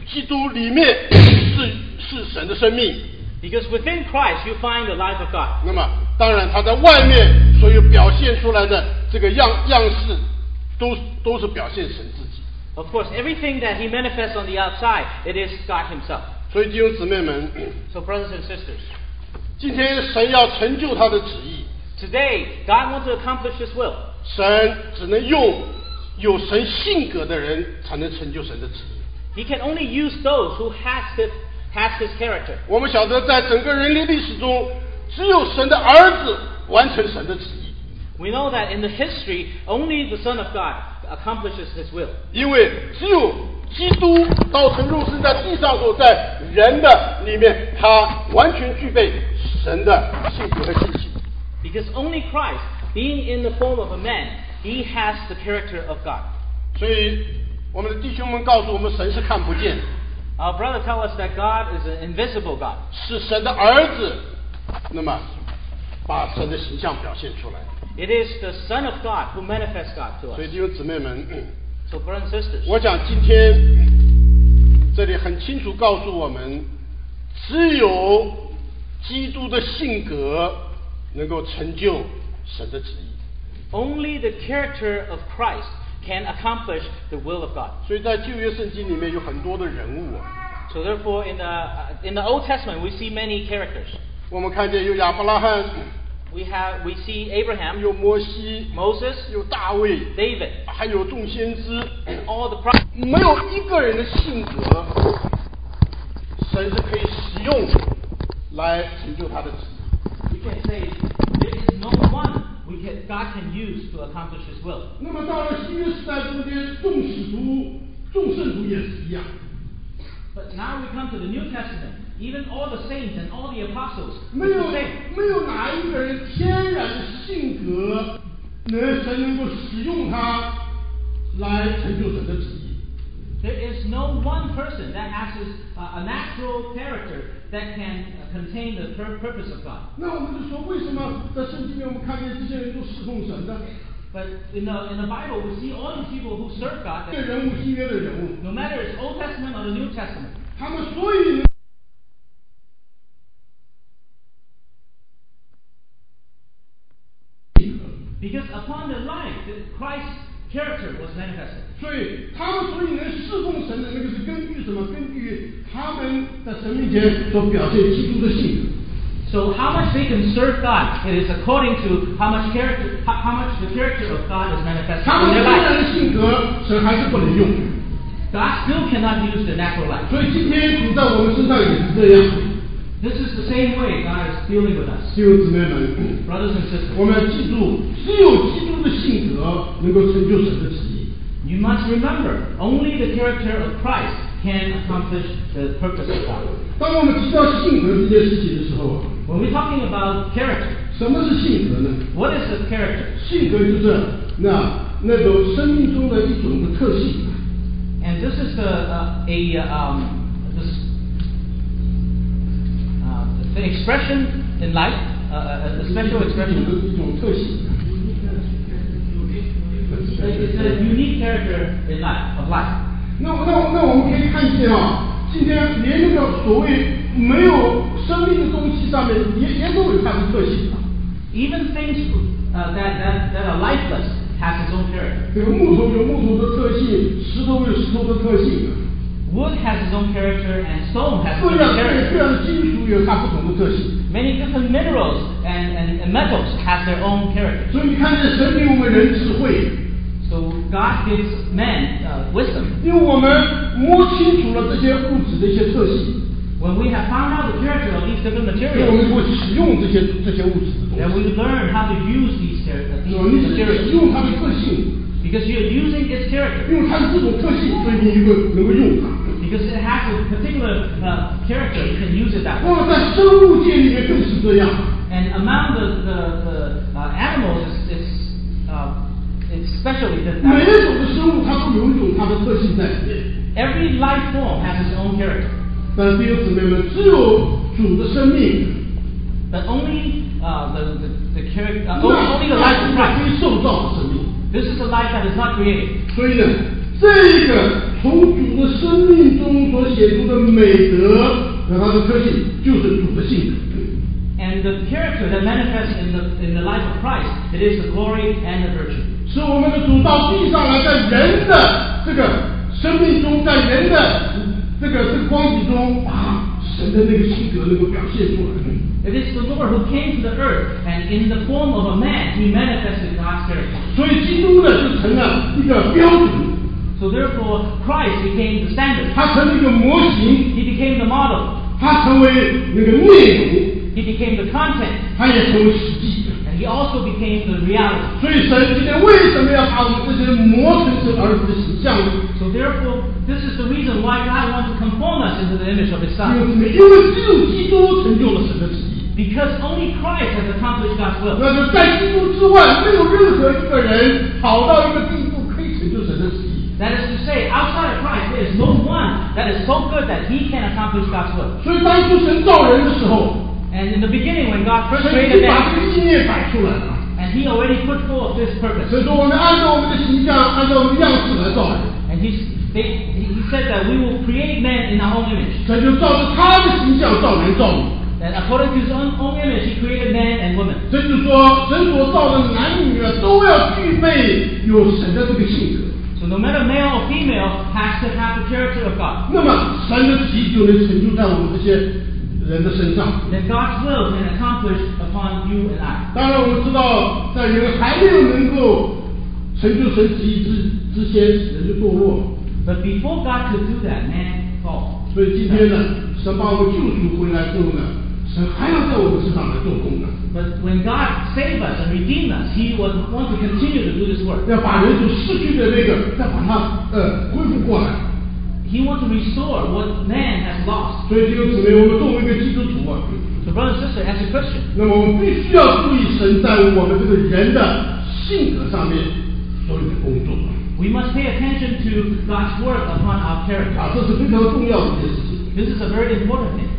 [SPEAKER 1] 基督里面是是神的生命。
[SPEAKER 2] Because within Christ, you find the life of God.
[SPEAKER 1] 那么，当然他在外面所有表现出来的这个样样式，都都是表现神自己。
[SPEAKER 2] Of course, everything that he manifests on the outside, it is God himself.
[SPEAKER 1] 所以弟兄姊妹们，
[SPEAKER 2] So, brothers and sisters,
[SPEAKER 1] 今天神要成就他的旨意，
[SPEAKER 2] today God wants to accomplish his will.
[SPEAKER 1] 神只能用有神性格的人才能成就神的旨意。
[SPEAKER 2] He can only use those who has his, has his character.
[SPEAKER 1] 我们晓得，在整个人类历史中，只有神的儿子完成神的旨意，
[SPEAKER 2] We know that in the history, only the Son of God accomplishes his will.
[SPEAKER 1] 因为只有基督道成肉身在地上所在人的里面，他完全具备神的性格和信息。
[SPEAKER 2] Because only Christ, being in the form of a man, he has the character of God.
[SPEAKER 1] 所以，我们的弟兄们告诉我们，神是看不见的，
[SPEAKER 2] Our brother tell us that God is an invisible God.
[SPEAKER 1] 是神的儿子，那么把神的形象表现出来。
[SPEAKER 2] It is the Son of God who manifests God to
[SPEAKER 1] 所以，
[SPEAKER 2] us.
[SPEAKER 1] 弟兄姊妹们，
[SPEAKER 2] So, brothers and sisters,
[SPEAKER 1] 我想今天这里很清楚告诉我们，只有基督的性格能够成就神的旨意。
[SPEAKER 2] only the character of Christ can accomplish the will of God.
[SPEAKER 1] 所以在旧约圣经里面有很多的人物啊，
[SPEAKER 2] So, therefore, in the, uh, in the Old Testament, we see many characters.
[SPEAKER 1] 我们看见有亚伯拉罕，
[SPEAKER 2] We, have, we see Abraham,
[SPEAKER 1] 有摩西，
[SPEAKER 2] Moses,
[SPEAKER 1] 有大卫，
[SPEAKER 2] David,
[SPEAKER 1] 还有众先知。
[SPEAKER 2] all the prophets.
[SPEAKER 1] 没有一个人的性格，神是可以使用来成就他的旨意。
[SPEAKER 2] We can say there is no one we can, God can use to accomplish His will.
[SPEAKER 1] 那么到了新约时代中间，众使徒、众圣徒也是一样。
[SPEAKER 2] But now we come to the New Testament. Even all the saints and all the apostles,
[SPEAKER 1] 没有
[SPEAKER 2] it's the same.
[SPEAKER 1] 没有哪一个人天然的性格，能神能够使用他来成就神的旨意。
[SPEAKER 2] There is no one person that has his, uh, a natural character that can uh, contain the pur- purpose of God.
[SPEAKER 1] 那我们就说，为什么在圣经里面我们看见这些人都侍奉神呢？
[SPEAKER 2] But in the, in the Bible, we see all these people who serve God,
[SPEAKER 1] 这个
[SPEAKER 2] that,
[SPEAKER 1] 人物，新约的人物，
[SPEAKER 2] no matter it's Old Testament or the New Testament,
[SPEAKER 1] 他们所以能。
[SPEAKER 2] because upon their life, the- Christ's character was manifested.
[SPEAKER 1] 所以他们所以能侍奉神的那个是根据什么？根据他们在神面前所表现基督的性格。
[SPEAKER 2] So how much they can serve God, it is according to how much character, how, how much the character of God is manifested
[SPEAKER 1] 他
[SPEAKER 2] in
[SPEAKER 1] 们
[SPEAKER 2] their
[SPEAKER 1] 天然
[SPEAKER 2] life.
[SPEAKER 1] 的性格，神还是不能用。
[SPEAKER 2] God still cannot use their natural life.
[SPEAKER 1] 所以今天主在我们身上也是这样。
[SPEAKER 2] This is the same way God is dealing with us,
[SPEAKER 1] 弟兄姊妹们，
[SPEAKER 2] brothers and sisters.
[SPEAKER 1] 我们要记住，只有基督的性格能够成就神的旨意。
[SPEAKER 2] You must remember, only the character of Christ can accomplish the purpose of God.
[SPEAKER 1] 当我们提到性格这件事情的时候啊，
[SPEAKER 2] When we're talking about character,
[SPEAKER 1] 什么是性格呢？
[SPEAKER 2] what is the character?
[SPEAKER 1] 性格就是那那种生命中的一种的特性。
[SPEAKER 2] And this is the uh, a uh, um, this, uh, the expression in life, uh, uh, a special
[SPEAKER 1] 一
[SPEAKER 2] expression.
[SPEAKER 1] 种一种特性。
[SPEAKER 2] It's a unique character in life, of life.
[SPEAKER 1] 那那那我们可以看见啊，今天连那个所谓没有生命的东西上面也也都有它的特性啊。
[SPEAKER 2] Even things uh, that, that, that are lifeless has its own character.
[SPEAKER 1] 这个木头有木头的特性，石头有石头的特性，
[SPEAKER 2] Wood has its own character, and stone has its
[SPEAKER 1] 各
[SPEAKER 2] own
[SPEAKER 1] 样各
[SPEAKER 2] character.
[SPEAKER 1] 样的金属有它不同的特性。
[SPEAKER 2] Many different minerals and, and, and metals have their own character.
[SPEAKER 1] 所以你看见神给我们人智慧，
[SPEAKER 2] So God gives man uh, wisdom.
[SPEAKER 1] 因为我们摸清楚了这些物质的一些特性，
[SPEAKER 2] When we have found out the character of these different
[SPEAKER 1] 所以我们
[SPEAKER 2] materials,
[SPEAKER 1] 就会使用这些这些物质的东
[SPEAKER 2] then
[SPEAKER 1] 西。
[SPEAKER 2] we learn how to use these, char-
[SPEAKER 1] 是吧
[SPEAKER 2] uh,
[SPEAKER 1] 你
[SPEAKER 2] these
[SPEAKER 1] 使用它的
[SPEAKER 2] materials.
[SPEAKER 1] 特性。
[SPEAKER 2] Because you're using its character.
[SPEAKER 1] 用它的这种特性，所以你能够能够用它。
[SPEAKER 2] Because it has a particular uh, character, you can use it that way.
[SPEAKER 1] 那么在生物界里面更是这样，
[SPEAKER 2] And among the, the, the uh, animals, it's, it's, uh, it's specially that
[SPEAKER 1] 每一种的生物它都有一种它的特性在里面。
[SPEAKER 2] every life form has its own character.
[SPEAKER 1] 但是弟兄姊妹们，只有主的生命
[SPEAKER 2] that only uh, the, the, the character, uh,
[SPEAKER 3] 那
[SPEAKER 2] only, only the
[SPEAKER 3] 那
[SPEAKER 2] life
[SPEAKER 3] 是
[SPEAKER 2] of
[SPEAKER 3] 那
[SPEAKER 2] Christ.
[SPEAKER 3] 非受造的生命。
[SPEAKER 2] This is a life that is not created.
[SPEAKER 3] 所以呢，这个从主的生命中所显出的美德和他的特性，就是主的性格。
[SPEAKER 2] And the character that manifests in the, in the life of Christ, it is the glory and the virtue.
[SPEAKER 3] 使我们的主到地上来，在人的这个生命中，在人的这个这个光景中，把神的那个性格能够表现出来。
[SPEAKER 2] It is the Lord who came to the earth, and in the form of a man, he manifested God's character.
[SPEAKER 3] 所以基督呢，就成了一个标准，
[SPEAKER 2] So therefore, Christ became the standard.
[SPEAKER 3] 他成了一个模型，
[SPEAKER 2] He became the model.
[SPEAKER 3] 他成为那个内容，
[SPEAKER 2] He became the content.
[SPEAKER 3] 他也成为实际。
[SPEAKER 2] And he also became the reality.
[SPEAKER 3] 所以神今天为什么要把我们这些人磨成神儿子的形象呢？
[SPEAKER 2] So therefore, this is the reason why God wants to conform us into the image of his
[SPEAKER 3] 因为
[SPEAKER 2] Son.
[SPEAKER 3] 什么？因为只有基督成就了神的旨意，
[SPEAKER 2] Because only Christ has accomplished God's will.
[SPEAKER 3] 那就在基督之外，没有任何一个人跑到一个地步可以成就神的旨意。
[SPEAKER 2] That is to say, outside of Christ, there is no one that is so good that he can accomplish God's will.
[SPEAKER 3] 所以当初神造人的时候，
[SPEAKER 2] And in the beginning, when God first
[SPEAKER 3] 神已
[SPEAKER 2] created
[SPEAKER 3] 经把
[SPEAKER 2] man,
[SPEAKER 3] 这个意念摆出来了。
[SPEAKER 2] and he already put forth this purpose.
[SPEAKER 3] 神说：“我们按照我们的形象，按照我们的样式来造人。
[SPEAKER 2] And he, they, he said that we will create man in our own image.
[SPEAKER 3] 神就照着他的形象造人造女。
[SPEAKER 2] That according to his own, own image, he created man and woman.
[SPEAKER 3] 神就说，神所造的男女啊，都要具备有神的这个性格。
[SPEAKER 2] So no matter male or female, has to have the character of God.
[SPEAKER 3] 那么神的旨意就能成就在我们这些人的身上。
[SPEAKER 2] That God's will can accomplish upon you and I.
[SPEAKER 3] 当然，我们知道，在人还没有能够成就神旨意之之前，人就堕落。
[SPEAKER 2] But before God could do that, man fell.
[SPEAKER 3] 所以今天呢，神把我们救赎回来之后呢，神还要在我们身上来做工呢，
[SPEAKER 2] But when God saved us and redeemed us, He was want to continue to do this work.
[SPEAKER 3] 要把人所失去的那个，再把它呃恢复过来。
[SPEAKER 2] He wants to restore what man has lost.
[SPEAKER 3] 所以弟兄姊妹，我们作为一个基督徒啊，
[SPEAKER 2] So brother and sister, as a Christian,
[SPEAKER 3] 那么我们必须要注意神在我们这个人的性格上面所有的工作
[SPEAKER 2] we must pay attention to God's work upon our character.
[SPEAKER 3] 啊，这是非常重要的一件事情。
[SPEAKER 2] This is a very important thing.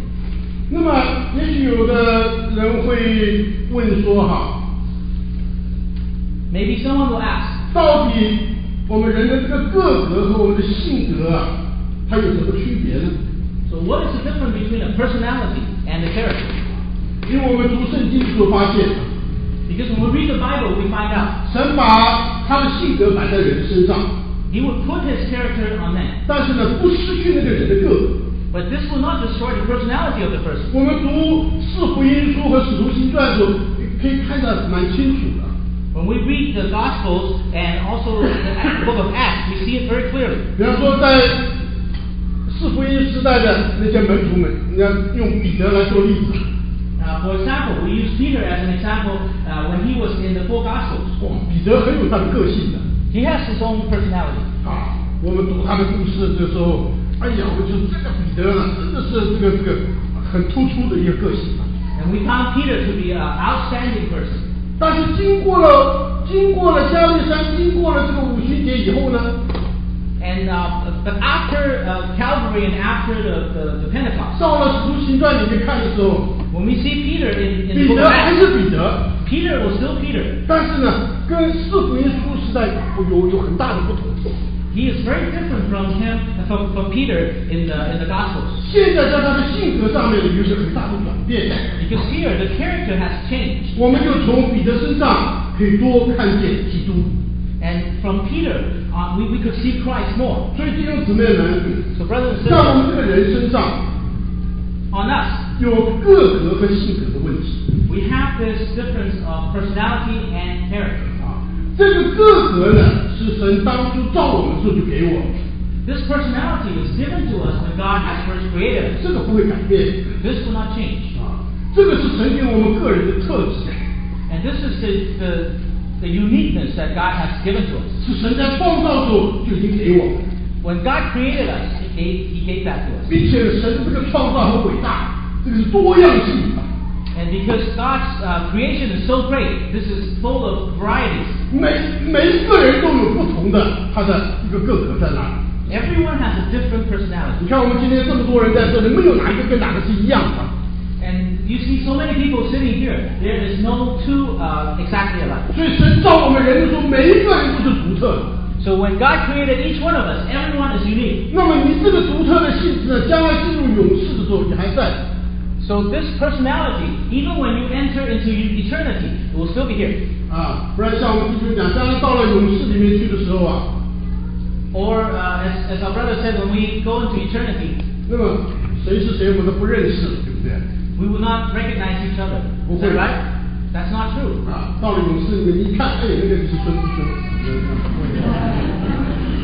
[SPEAKER 3] 那么，也许有的人会问说哈，
[SPEAKER 2] Maybe someone will ask,
[SPEAKER 3] 到底我们人的这个个格和我们的性格啊，它有什么区别呢？
[SPEAKER 2] so what is the difference between a personality and a character?
[SPEAKER 3] 因为我们读圣经的时候发现，
[SPEAKER 2] Because when we read the Bible, we find out
[SPEAKER 3] 神把他的性格摆在人身上，
[SPEAKER 2] He would put His character on man.
[SPEAKER 3] 但是呢，不失去那个人的个格。
[SPEAKER 2] But this will not destroy the personality of the person.
[SPEAKER 3] 我们读四福音书和使徒行传的时候，可以看得蛮清楚的。
[SPEAKER 2] When we read the Gospels and also the book of Acts, we see it very clearly.
[SPEAKER 3] 比方说，在四福音时代的那些门徒们，你看用彼得来做例子，
[SPEAKER 2] Uh, for example, we use Peter as an example uh, when he was in the four Gospels.
[SPEAKER 3] 哇，彼得很有他的个性的。
[SPEAKER 2] He has his own personality.
[SPEAKER 3] 啊，我们读他的故事的时候，哎呀，我就这个彼得啊，真的是这个这个很突出的一个个性啊。
[SPEAKER 2] And we found Peter to be an outstanding person.
[SPEAKER 3] 但是经过了经过了加利山，经过了这个五旬节以后呢，
[SPEAKER 2] And uh, but after uh, Calvary and after the, the, the Pentecost,
[SPEAKER 3] 到了使徒行传里面看的时候，
[SPEAKER 2] when we see Peter in, in the
[SPEAKER 3] 彼
[SPEAKER 2] book
[SPEAKER 3] 得
[SPEAKER 2] of
[SPEAKER 3] 还是
[SPEAKER 2] Acts,
[SPEAKER 3] 彼得，
[SPEAKER 2] Peter was still Peter.
[SPEAKER 3] 但是呢，跟四福音书时代有有很大的不同。
[SPEAKER 2] He is very different from him from, from Peter in the in the Gospels
[SPEAKER 3] 现在在他的性格上面有一个很大的转变，
[SPEAKER 2] because here the character has changed,
[SPEAKER 3] 我们就从彼得身上可以多看见基督。
[SPEAKER 2] and from Peter uh, we, we could see Christ more.
[SPEAKER 3] 所以弟兄姊妹们，
[SPEAKER 2] So brothers and
[SPEAKER 3] 在我们
[SPEAKER 2] sisters,
[SPEAKER 3] 这个人身上
[SPEAKER 2] on us
[SPEAKER 3] 有个格和性格的问题
[SPEAKER 2] we have this difference of personality and character.
[SPEAKER 3] 啊。这个个格呢，是神当初造我们的时候就给我们，
[SPEAKER 2] This personality was given to us when God has first created us.
[SPEAKER 3] 这个不会改变
[SPEAKER 2] This will not change.
[SPEAKER 3] 啊。这个是神给我们个人的特质，
[SPEAKER 2] And this is the, the, the uniqueness that God has given to us.
[SPEAKER 3] 是神在创造的时候就已经给我们，
[SPEAKER 2] When God created us, He gave, he gave that to us.
[SPEAKER 3] 并且神这个创造很伟大，这个是多样性的。
[SPEAKER 2] And because God's uh, creation is so great, this is full of varieties.
[SPEAKER 3] 每每一个人都有不同的他的一个个格在那里。
[SPEAKER 2] Everyone has a different personality.
[SPEAKER 3] 你看我们今天这么多人在这里，没有哪一个跟哪个是一样的。
[SPEAKER 2] And You see so many people sitting here. There is no two uh, exactly alike.
[SPEAKER 3] 所以神造我们人的时候，每一个人都是独特的。
[SPEAKER 2] So when God created each one of us, everyone is unique.
[SPEAKER 3] 那么你这个独特的性质呢，将来进入勇士的时候，你还在。
[SPEAKER 2] So this personality, even when you enter into e-, eternity, it will still be here.
[SPEAKER 3] 啊，不然像我们弟兄讲，将来到了勇士里面去的时候啊，
[SPEAKER 2] Or uh, as, as our brother said, when we go into eternity,
[SPEAKER 3] 那么谁是谁我们都不认识了，对不对？
[SPEAKER 2] we will not recognize each other. Is that
[SPEAKER 3] Okay.
[SPEAKER 2] right? That's not true.
[SPEAKER 3] 啊，到了勇士里面，你一看，哎，那个就是孙弟兄。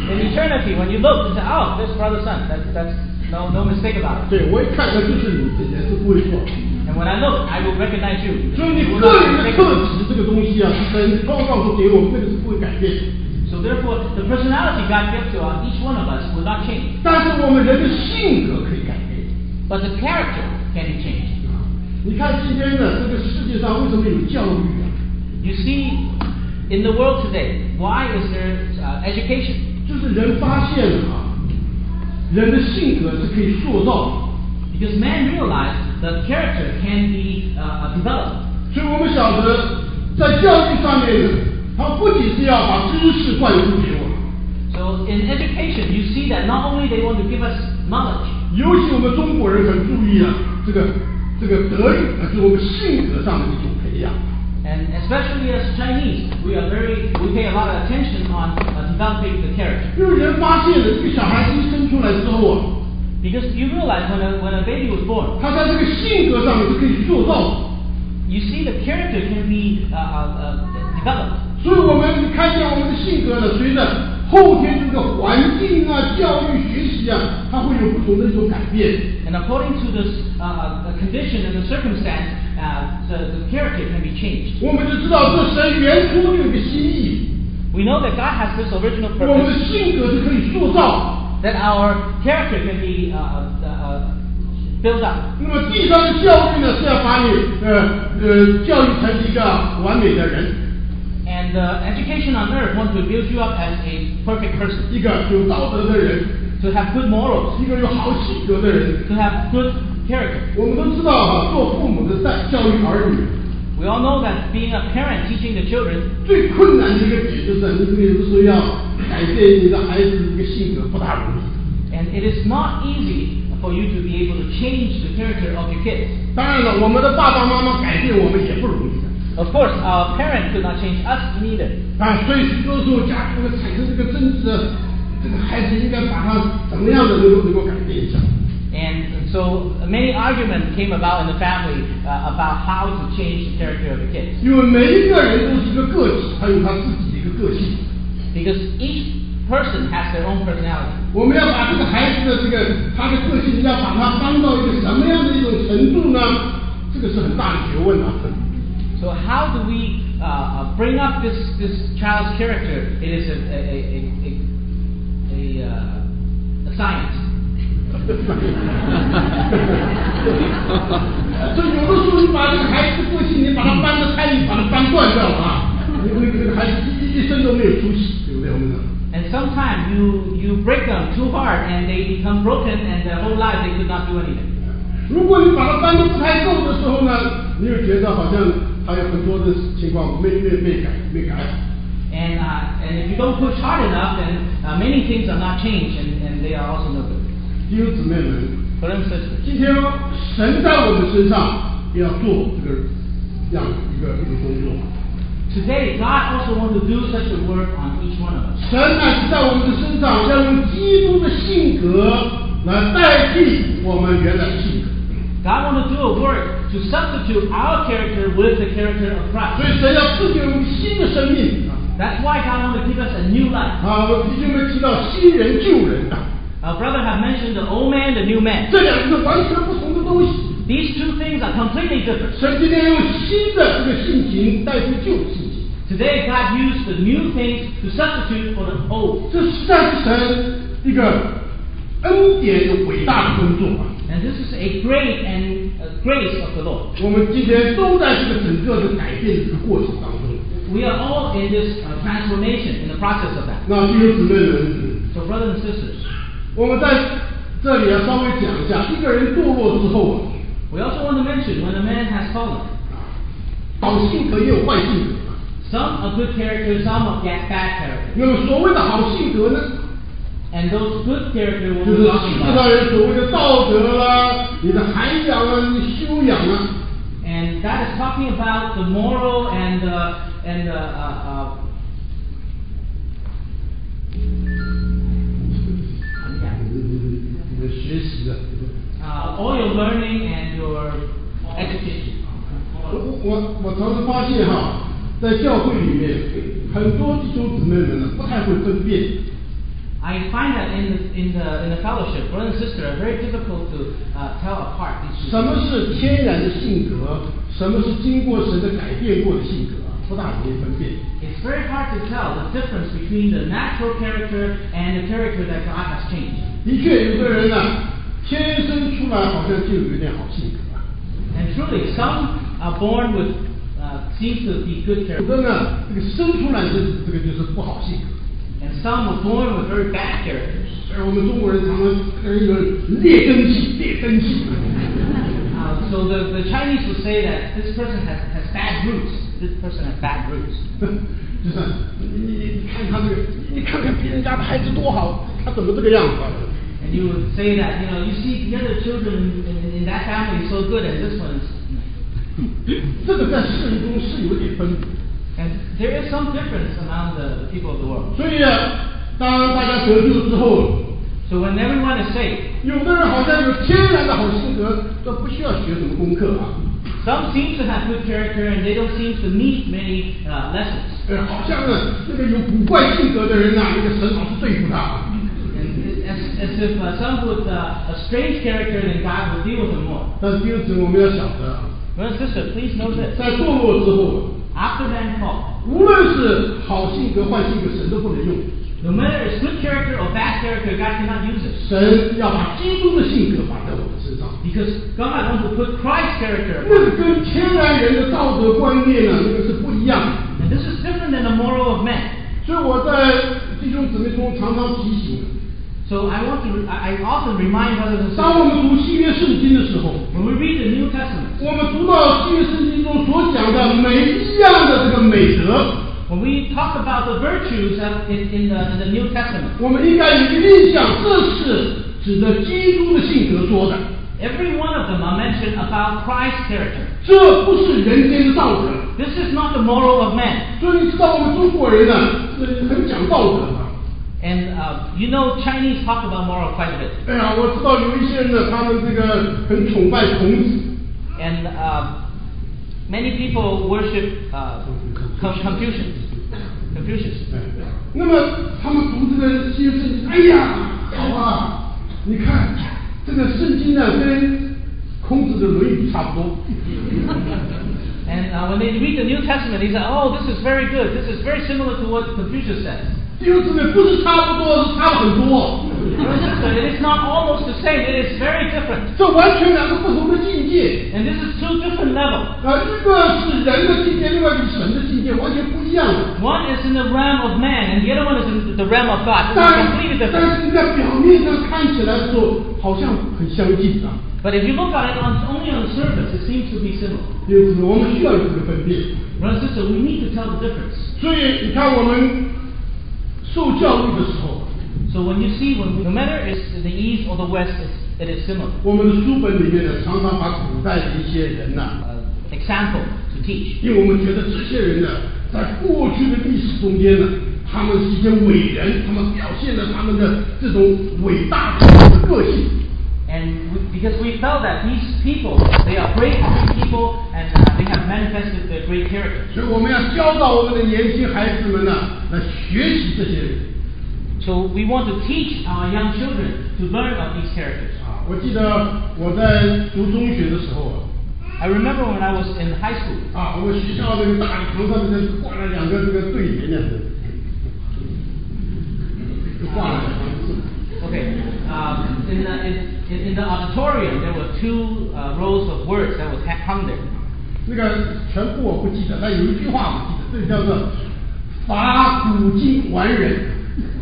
[SPEAKER 2] In eternity, when you look and say, "Oh, this brother son," that's that's no no mistake about it.
[SPEAKER 3] 对，我一看那就是你，这也是不会错。
[SPEAKER 2] And when I look, I will recognize you.
[SPEAKER 3] 所以你
[SPEAKER 2] You will
[SPEAKER 3] 个
[SPEAKER 2] not mistake
[SPEAKER 3] 人的特
[SPEAKER 2] me.
[SPEAKER 3] 质这个东西啊，是神创造出给我们，这个是不会改变的。
[SPEAKER 2] So therefore, the personality God gives to us, each one of us, will not change.
[SPEAKER 3] 但是我们人的性格可以改变。
[SPEAKER 2] But the character can be changed.
[SPEAKER 3] 你看今天呢，这个世界上为什么有教育啊？
[SPEAKER 2] You see, in the world today, why is there uh, education?
[SPEAKER 3] 就是人发现了啊，人的性格是可以塑造的，
[SPEAKER 2] Because man realized that character can be uh, developed.
[SPEAKER 3] 所以我们晓得在教育上面呢，它不仅是要把知识灌输给我们，
[SPEAKER 2] So in education, you see that not only they want to give us knowledge,
[SPEAKER 3] 尤其我们中国人很注意啊，这个这个德语呢，就是我们性格上的一种培养。
[SPEAKER 2] And especially as Chinese, we are very we pay a lot of attention on uh, developing the character.
[SPEAKER 3] 因为人发现了这个小孩一生出来之后啊，
[SPEAKER 2] Because you realize when a when a baby was born,
[SPEAKER 3] 他在这个性格上面是可以塑造的。
[SPEAKER 2] you see the character can be uh, uh, uh, developed.
[SPEAKER 3] 所以我们看见我们的性格呢，随着后天这个环境啊、教育、学习啊，它会有不同的一种改变。
[SPEAKER 2] And according to this uh, the condition and the circumstance, uh, the, the character can be changed.
[SPEAKER 3] 我们就知道这神原初就有个心意，
[SPEAKER 2] We know that God has this original
[SPEAKER 3] 我们的
[SPEAKER 2] purpose
[SPEAKER 3] 性格是可以塑造。
[SPEAKER 2] that our character can be uh, uh, uh, built up.
[SPEAKER 3] 那么地上的教育呢，是要把你呃呃教育成一个完美的人，
[SPEAKER 2] And uh, education on earth wants to build you up as a perfect person,
[SPEAKER 3] 一个有道德的人，
[SPEAKER 2] to have good morals,
[SPEAKER 3] 一个有好性格的人。
[SPEAKER 2] to have good character.
[SPEAKER 3] 我们都知道啊，做父母的在教育儿女
[SPEAKER 2] We all know that being a parent teaching the children,
[SPEAKER 3] 最困难的一个点就是，你这个有的时候要改变你的孩子一个性格不大容易。
[SPEAKER 2] and it is not easy for you to be able to change the character of your kids.
[SPEAKER 3] 当然了，我们的爸爸妈妈改变我们也不容易的
[SPEAKER 2] Of course, our parents could not change us neither.
[SPEAKER 3] 啊，所以许多时候家庭会产生这个争执，这个孩子应该把他怎么样的能够能够改变一下。
[SPEAKER 2] And so many arguments came about in the family uh, about how to change the character of your kids.
[SPEAKER 3] 因为每一个人都是一个个体，他有他自己的一个个性。
[SPEAKER 2] Because each person has their own personality.
[SPEAKER 3] 我们要把这个孩子的这个他的个性，要把他搬到一个什么样的一种程度呢？这个是很大的学问啊。
[SPEAKER 2] So how do we uh, uh, bring up this, this child's character? It is a, a, a, a, a, a, uh, a science.
[SPEAKER 3] 所以呃有的时候你把这个孩子的个性，你把他搬得太硬，把他搬断掉了啊，你会这个孩子一一生都没有出息，对不对？我们讲，
[SPEAKER 2] And sometimes you, you break them too hard and they become broken and their whole life they could not do anything.
[SPEAKER 3] 如果你把他搬得不太够的时候呢，你又觉得好像还有很多的情况没没没改没改好。
[SPEAKER 2] And, uh, and if you don't push hard enough, then uh, many things are not changed and, and they are also no good.
[SPEAKER 3] 弟兄姊妹们，
[SPEAKER 2] For instance,
[SPEAKER 3] 今天神在我们身上也要做这个这样一个一个工作。
[SPEAKER 2] today God also wants to do such a work on each one of us.
[SPEAKER 3] 神乃是在我们的身上要用基督的性格来代替我们原来的性格，
[SPEAKER 2] God wants to do a work to substitute our character with the character of
[SPEAKER 3] 所
[SPEAKER 2] Christ.
[SPEAKER 3] 以神要赐给我们新的生命
[SPEAKER 2] That's why God wants to give us a new life.
[SPEAKER 3] 啊！我弟兄们提到新人旧人啊，
[SPEAKER 2] Our brother have mentioned the old man, the new man.
[SPEAKER 3] 这两个是完全不同的东西。
[SPEAKER 2] These two things are completely different.
[SPEAKER 3] 神今天用新的这个性情代替旧性情，
[SPEAKER 2] Today, God used the new things to substitute for the old.
[SPEAKER 3] 这实在是神一个恩典伟大的工作啊！
[SPEAKER 2] And this is a great and uh, grace of the Lord.
[SPEAKER 3] 我们今天都在这个整个的改变的这个过程当中。
[SPEAKER 2] We are all in this uh, transformation, in the process of that.
[SPEAKER 3] 那弟兄姊妹们。
[SPEAKER 2] So, brothers and sisters,
[SPEAKER 3] 我们在这里要稍微讲一下，一个人堕落之后啊，
[SPEAKER 2] We also want to mention when a man has fallen.
[SPEAKER 3] 好性格也有坏性格嘛。
[SPEAKER 2] Some are good characters, some are bad, bad characters.
[SPEAKER 3] 那么所谓的好性格呢，
[SPEAKER 2] And those good characters
[SPEAKER 3] 就
[SPEAKER 2] will
[SPEAKER 3] 是
[SPEAKER 2] be talking
[SPEAKER 3] 世上
[SPEAKER 2] about.
[SPEAKER 3] 人所谓的道德啦、你的涵养啊、你的修养啊。
[SPEAKER 2] And that is talking about the moral and the, and the, uh, uh,
[SPEAKER 3] 你你的学习啊，
[SPEAKER 2] uh, all your learning and your education.
[SPEAKER 3] 我我我常常发现哈，在教会里面，很多弟兄姊妹们呢不太会分辨，
[SPEAKER 2] I find that in the, in the, in the fellowship, brother and sister are very difficult to uh, tell apart these two.
[SPEAKER 3] 什么是天然的性格，什么是经过神的改变过的性格，不大容易分辨。
[SPEAKER 2] It's very hard to tell the difference between the natural character and the character that God has changed.
[SPEAKER 3] 的确，有的人呢、天生出来好像就有一点好性格啊，
[SPEAKER 2] And truly, some are born with, uh, seem to be good
[SPEAKER 3] 有
[SPEAKER 2] characters,
[SPEAKER 3] 的呢，这个生出来就是这个就是不好性格。
[SPEAKER 2] and some are born with very bad characters.
[SPEAKER 3] 而我们中国人常常人有劣根性，劣根性。
[SPEAKER 2] Uh, so the, the Chinese will say that this person has, has bad roots. This person has bad roots.
[SPEAKER 3] 就是你你你看他这个，你看看别人家的孩子多好，他怎么这个样子啊？
[SPEAKER 2] And you would say that, you know, you see the other children in, in, in that family is so good, and this one is.
[SPEAKER 3] 这个在世人中是有点分别。
[SPEAKER 2] And there is some difference among the, the people of the world.
[SPEAKER 3] 所以啊，当大家得救之后，
[SPEAKER 2] So when everyone is saved,
[SPEAKER 3] 有的人好像有天然的好性格，这不需要学什么功课啊，
[SPEAKER 2] some seem to have good character and they don't seem to need many uh, lessons.
[SPEAKER 3] 呃，好像呢那个有古怪性格的人呐、那个神老是对付他啊。
[SPEAKER 2] And it- as, as if uh, some with uh, a strange character, then God will deal with them more.
[SPEAKER 3] 但是第二层我们要晓得啊，
[SPEAKER 2] Brother and sister, please know this.
[SPEAKER 3] 在堕落之后啊，
[SPEAKER 2] After man fall,
[SPEAKER 3] 无论是好性格坏性格，神都不能用，
[SPEAKER 2] no matter it's good character or bad character, God cannot use it.
[SPEAKER 3] 神要把基督的性格放在我们身上。
[SPEAKER 2] Because God wants to put Christ's character
[SPEAKER 3] 那
[SPEAKER 2] upon
[SPEAKER 3] 个
[SPEAKER 2] us.
[SPEAKER 3] 跟天然人的道德观念呢，那个是不一样的。
[SPEAKER 2] And this is different than the moral of men.
[SPEAKER 3] 所以我在弟兄姊妹中常常提醒，
[SPEAKER 2] So I want to, I, I often remind brothers and
[SPEAKER 3] 当
[SPEAKER 2] sisters,
[SPEAKER 3] 我们读新约圣经的时候，
[SPEAKER 2] when we read the New Testament,
[SPEAKER 3] 我们读到新约圣经中所讲的每一样的这个美德，
[SPEAKER 2] when we talk about the virtues of, in, in, the, in the New Testament,
[SPEAKER 3] 我们应该有一个印象，这是指的基督的性格说的，
[SPEAKER 2] every one of them are mentioned about Christ's character.
[SPEAKER 3] 这不是人间的道德。
[SPEAKER 2] This is not the moral of men.
[SPEAKER 3] 所以你知道我们中国人呢，呃，很讲道德啊。
[SPEAKER 2] And uh, you know, Chinese talk about moral quite a bit.
[SPEAKER 3] 哎呀，我知道有一些人呢，他们这个很崇拜孔子，
[SPEAKER 2] And uh, many people worship uh, Com- Confucius. Confucius.
[SPEAKER 3] 哎，那么他们读这个新约圣经，哎呀，好啊！你看这个圣经呢，跟孔子的《论语》差不多。
[SPEAKER 2] And uh, when they read the New Testament, they say, oh, this is very good. This is very similar to what Confucius said.
[SPEAKER 3] 弟兄姊妹，不是差不多，是差了很多，
[SPEAKER 2] Brothers and sisters, it is not almost the same. It is very different.
[SPEAKER 3] 这完全两个不同的境界。
[SPEAKER 2] And this is two different levels.
[SPEAKER 3] 啊，一个是人的境界，另外一个是神的境界，完全不一样的。
[SPEAKER 2] One is in the realm of man, and the other one is in the realm of God. This
[SPEAKER 3] 但
[SPEAKER 2] is completely
[SPEAKER 3] 但
[SPEAKER 2] different.
[SPEAKER 3] 是你在表面上看起来的时候，好像很相近啊。
[SPEAKER 2] But if you look at it on, only on the surface, it seems to be similar.
[SPEAKER 3] 因此，我们需要有这个分辨。
[SPEAKER 2] Brothers and sisters, we need to tell the difference.
[SPEAKER 3] 所以，你看我们受教育的时候，
[SPEAKER 2] So when you see, when we, no matter it's in the east or the west, it's, it is similar.
[SPEAKER 3] 我们的书本里面呢，常常把古代的一些人呐、
[SPEAKER 2] Uh, example to teach.
[SPEAKER 3] 因为我们觉得这些人呢，在过去的历史中间呢，他们是一些伟人，他们表现了他们的这种伟大的个性。
[SPEAKER 2] And we, because we felt that these people, they are great people and uh, they have manifested their great character.
[SPEAKER 3] 所以我们要教导我们的年轻孩子们呢，来学习这些人
[SPEAKER 2] So we want to teach our young children to learn of these characters.
[SPEAKER 3] 啊。我记得我在读中学的时候啊，
[SPEAKER 2] I remember when I was in high school,
[SPEAKER 3] 啊，我们学校那个大礼堂上面呢挂了两个这个对联呢，就挂了两个字。
[SPEAKER 2] okay, um, in, the, in, in the auditorium, there were two uh, rows of words that was ha- hung there.
[SPEAKER 3] 那个全部我不记得，但有一句话我记得，这叫做“法古今完人”，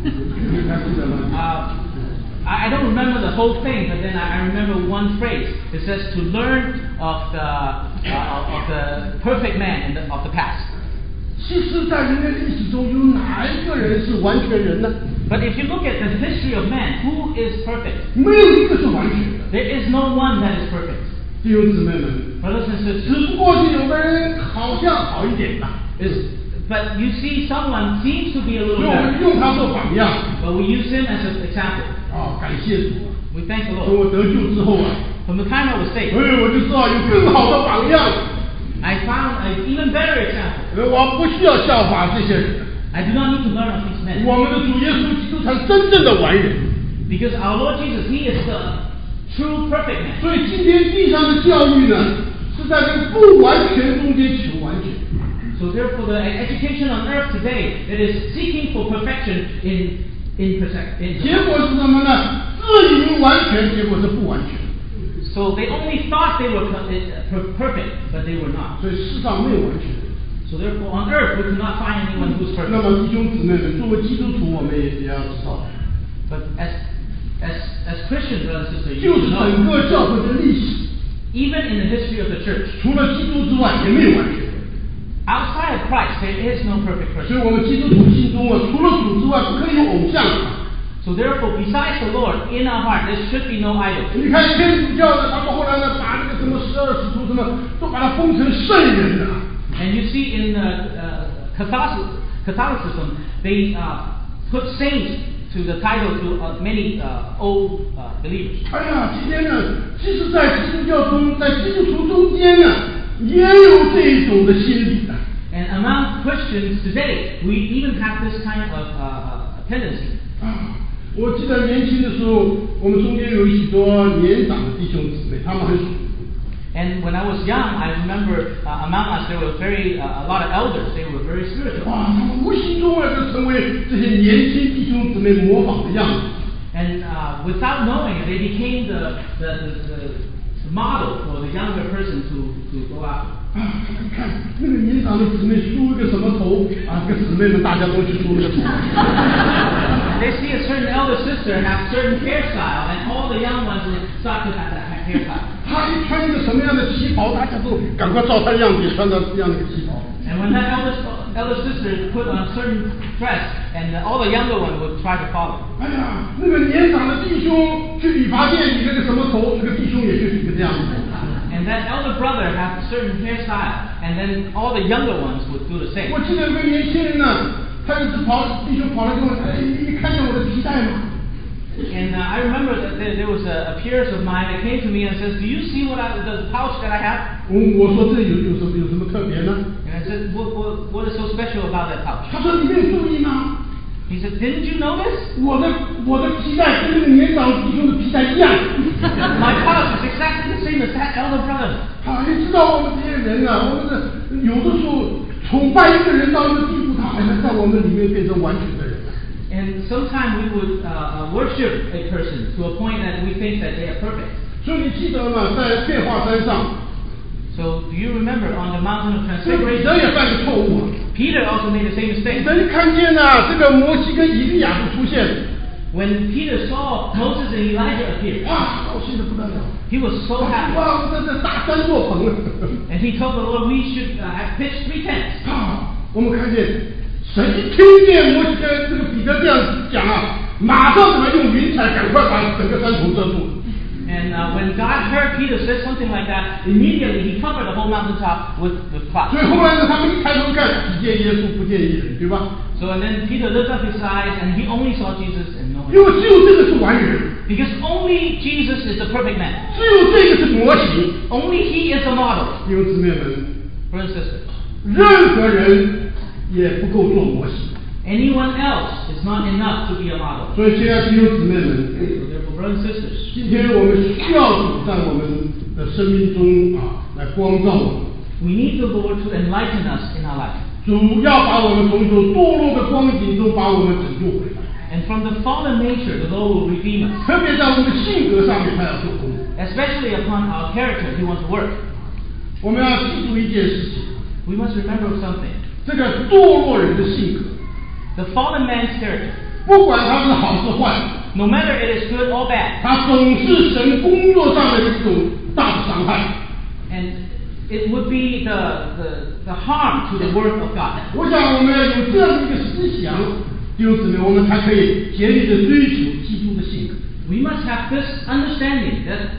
[SPEAKER 3] 你还记得吗？
[SPEAKER 2] Uh, I, I don't remember the whole thing, but then I, I remember one phrase. It says to learn of the uh, of of the perfect man in the, of the past.
[SPEAKER 3] 其实，在人类历史中，有哪一个人是完全人呢？
[SPEAKER 2] But if you look at the history of man, who is perfect?
[SPEAKER 3] 没有一个是完全的。
[SPEAKER 2] There is no one that is perfect.
[SPEAKER 3] 弟兄姊妹们，
[SPEAKER 2] Brothers and
[SPEAKER 3] 只
[SPEAKER 2] sisters,
[SPEAKER 3] 不过是有的人好像好一点吧，
[SPEAKER 2] is but you see someone seems to be a little
[SPEAKER 3] 所以我们
[SPEAKER 2] better,
[SPEAKER 3] 用他做榜样
[SPEAKER 2] but we use him as an example.
[SPEAKER 3] 啊，感谢主啊！
[SPEAKER 2] We thank the
[SPEAKER 3] 从
[SPEAKER 2] Lord.
[SPEAKER 3] 我得救之后啊，
[SPEAKER 2] From the time I was
[SPEAKER 3] 哎，
[SPEAKER 2] saved,
[SPEAKER 3] 我就知道有更好的榜样，
[SPEAKER 2] I found an even better example.
[SPEAKER 3] 而我不需要效法这些人。
[SPEAKER 2] I do not need to learn of these men.
[SPEAKER 3] 我们的主耶稣基督才是真正的完人，
[SPEAKER 2] Because our Lord Jesus, He is the true perfect man.
[SPEAKER 3] 所以今天地上的教育呢，是在这个不完全中间求完全。
[SPEAKER 2] So therefore, the e- education on earth today it is seeking for perfection in in perfect. In
[SPEAKER 3] 结果是什么呢？自以为完全，结果是不完全。
[SPEAKER 2] so they only thought they were per- eh, per- perfect, but they were not.
[SPEAKER 3] 所以世上没有完全人。
[SPEAKER 2] So therefore, on earth we cannot find anyone who's
[SPEAKER 3] 那
[SPEAKER 2] perfect.
[SPEAKER 3] 么弟兄姊妹们，作为基督徒，我们也也要知道，
[SPEAKER 2] But as as as Christian brothers and sisters,
[SPEAKER 3] 就
[SPEAKER 2] you
[SPEAKER 3] 是
[SPEAKER 2] should
[SPEAKER 3] 整
[SPEAKER 2] know
[SPEAKER 3] 个教会的历史，
[SPEAKER 2] even in the history of the church,
[SPEAKER 3] 除了基督之外，也没有完全人。
[SPEAKER 2] outside of Christ there is no perfect
[SPEAKER 3] 所以
[SPEAKER 2] person.
[SPEAKER 3] 我们基督徒心中啊，除了主之外，不可以有偶像。
[SPEAKER 2] So therefore, besides the Lord in our heart, there should be no idol.
[SPEAKER 3] 你看天主教的，他们后来呢，把那个什么十二使徒什么，都把它封成圣人了。
[SPEAKER 2] And you see in uh, uh, Catholic- Catholicism, they uh, put saints to the title to uh, many uh, old uh, believers.
[SPEAKER 3] 哎呀，今天呢，即使在基督教中，在基督徒中间呢，也有这种的心理的。
[SPEAKER 2] And among Christians today, we even have this kind of uh, uh, tendency.
[SPEAKER 3] 啊，我记得年轻的时候，我们中间有许多年长的弟兄姊妹，他们很属灵
[SPEAKER 2] And when I was young, I remember uh, among us there were very uh, a lot of elders. They were very spiritual,
[SPEAKER 3] 哇，他们无形中啊就成为这些年轻弟兄姊妹模仿的样子。
[SPEAKER 2] and uh, without knowing, it, they became the the, the, the the model for the younger person to, to go after.
[SPEAKER 3] 啊，你看那个年长的姊妹梳一个什么头啊，这个姊妹们大家都去梳那个头。
[SPEAKER 2] They see a certain elder sister have certain hairstyle, and all the young ones will start to have that ha- hairstyle.
[SPEAKER 3] 她一穿一个什么样的旗袍，大家都赶快照她的样子也穿到这样的一个旗袍。
[SPEAKER 2] And when that elder, elder sister put on certain dress, and all the younger ones would try to follow.
[SPEAKER 3] 哎呀，那个年长的弟兄去理发店理那个什么头，那个弟兄也去理个这样的头。
[SPEAKER 2] And that elder brother have a certain hairstyle, and then all the younger ones would do the
[SPEAKER 3] 我
[SPEAKER 2] same.
[SPEAKER 3] 记得有个年轻人呢，他有次跑，弟兄跑来跟我说：“哎，你看见我的皮带吗
[SPEAKER 2] And uh, I remember that there, there was a, a peeress of mine that came to me and says, "Do you see what I, the pouch that I have?" ”
[SPEAKER 3] 我我说这有有什么有什么特别呢？
[SPEAKER 2] And I said, what, what, "What is so special about that pouch?"
[SPEAKER 3] 他说：“你没有注意吗？
[SPEAKER 2] He said, "Didn't you notice?
[SPEAKER 3] 我的我的皮带跟那个年长弟兄的皮带一样。 [LAUGHS]
[SPEAKER 2] My pouch is exactly the same as that elder brother." ”
[SPEAKER 3] 啊，你知道我们这些人啊，我们的有的时候崇拜一个人到一个地步，他好像在我们里面变成完全的人了。
[SPEAKER 2] And sometimes we would uh, uh, worship a person to a point that we think that they are perfect.
[SPEAKER 3] 所以你记得吗？在变化山上，
[SPEAKER 2] So do you remember on the mountain of
[SPEAKER 3] 这个
[SPEAKER 2] transfiguration,
[SPEAKER 3] 彼得也犯个错误啊。
[SPEAKER 2] Peter also made the same
[SPEAKER 3] 彼
[SPEAKER 2] mistake.
[SPEAKER 3] 得一看见呢、这个摩西跟以利亚都出现了，
[SPEAKER 2] When Peter saw Moses and Elijah appear,
[SPEAKER 3] 哇，高兴的不得了。
[SPEAKER 2] he was so happy.
[SPEAKER 3] 哇，这这大山做棚了。
[SPEAKER 2] And he told the Lord, we should uh, have pitched three tents.
[SPEAKER 3] 啊，我们看见神一听见摩西跟这个彼得这样讲啊，马上怎么用云彩赶快把整个山头遮住。
[SPEAKER 2] And uh, when God heard Peter say something like that, immediately he covered the whole mountaintop with, with
[SPEAKER 3] 所
[SPEAKER 2] clouds.
[SPEAKER 3] 以后来呢，他们一抬头看，只见耶稣不见一人，对吧？
[SPEAKER 2] So and then Peter lifted up his eyes and he only saw Jesus and no one
[SPEAKER 3] 因为
[SPEAKER 2] else.
[SPEAKER 3] 只有这个是完人，
[SPEAKER 2] Because only Jesus is the perfect man.
[SPEAKER 3] 只有这个是模型。
[SPEAKER 2] Only he is the model.
[SPEAKER 3] 弟兄姊妹们，
[SPEAKER 2] brothers and sisters.
[SPEAKER 3] 任何人也不够做模型。
[SPEAKER 2] Anyone else is not enough to be a model.
[SPEAKER 3] 所以，亲爱的弟兄姊妹们，
[SPEAKER 2] So therefore, brothers and sisters,
[SPEAKER 3] 今天我们需要主在我们的生命中啊，来光照我们。
[SPEAKER 2] we need the Lord to enlighten us in our life.
[SPEAKER 3] 主要把我们从一种堕落的光景中把我们拯救回来，
[SPEAKER 2] And from the fallen nature, the Lord will redeem us.
[SPEAKER 3] 特别在我们的性格上面，他要做工作。
[SPEAKER 2] Especially upon our character, He wants to work.
[SPEAKER 3] 我们要记住一件事情：
[SPEAKER 2] We must remember something.
[SPEAKER 3] 这个堕落人的性格，
[SPEAKER 2] The fallen man's character,
[SPEAKER 3] 不管他是好是坏，
[SPEAKER 2] no matter it is good or bad.
[SPEAKER 3] 它总是神工作上的一种大的伤害。
[SPEAKER 2] And it would be the, the, the harm to the work of God.
[SPEAKER 3] 我想我们要有这样一个思想，弟兄姊妹，我们才可以竭力的追求基督的性格。
[SPEAKER 2] We must have this understanding that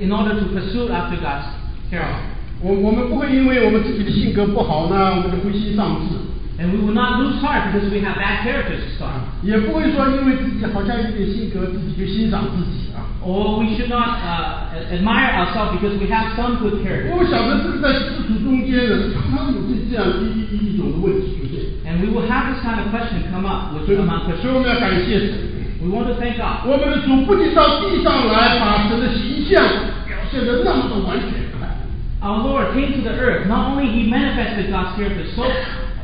[SPEAKER 2] in order to pursue after God's character.
[SPEAKER 3] 我我们不会因为我们自己的性格不好呢，我们就灰心丧志，
[SPEAKER 2] And we will not lose heart because we have bad characters to start.
[SPEAKER 3] 也不会说因为自己好像有点性格，自己就欣赏自己啊。
[SPEAKER 2] Or we should not uh, admire ourselves because we have some good character.
[SPEAKER 3] 我想着这个在世俗中间呢，常常有这这样一一一种的问题出现，
[SPEAKER 2] And we will have this kind of question come up with
[SPEAKER 3] 所以
[SPEAKER 2] among
[SPEAKER 3] 所以
[SPEAKER 2] Christians.
[SPEAKER 3] 我们要感谢神，
[SPEAKER 2] We want to thank God.
[SPEAKER 3] 我们的主不仅到地上来，把神的形象表现得那么的完全出来，
[SPEAKER 2] Our Lord came to the earth. Not only He manifested God's character so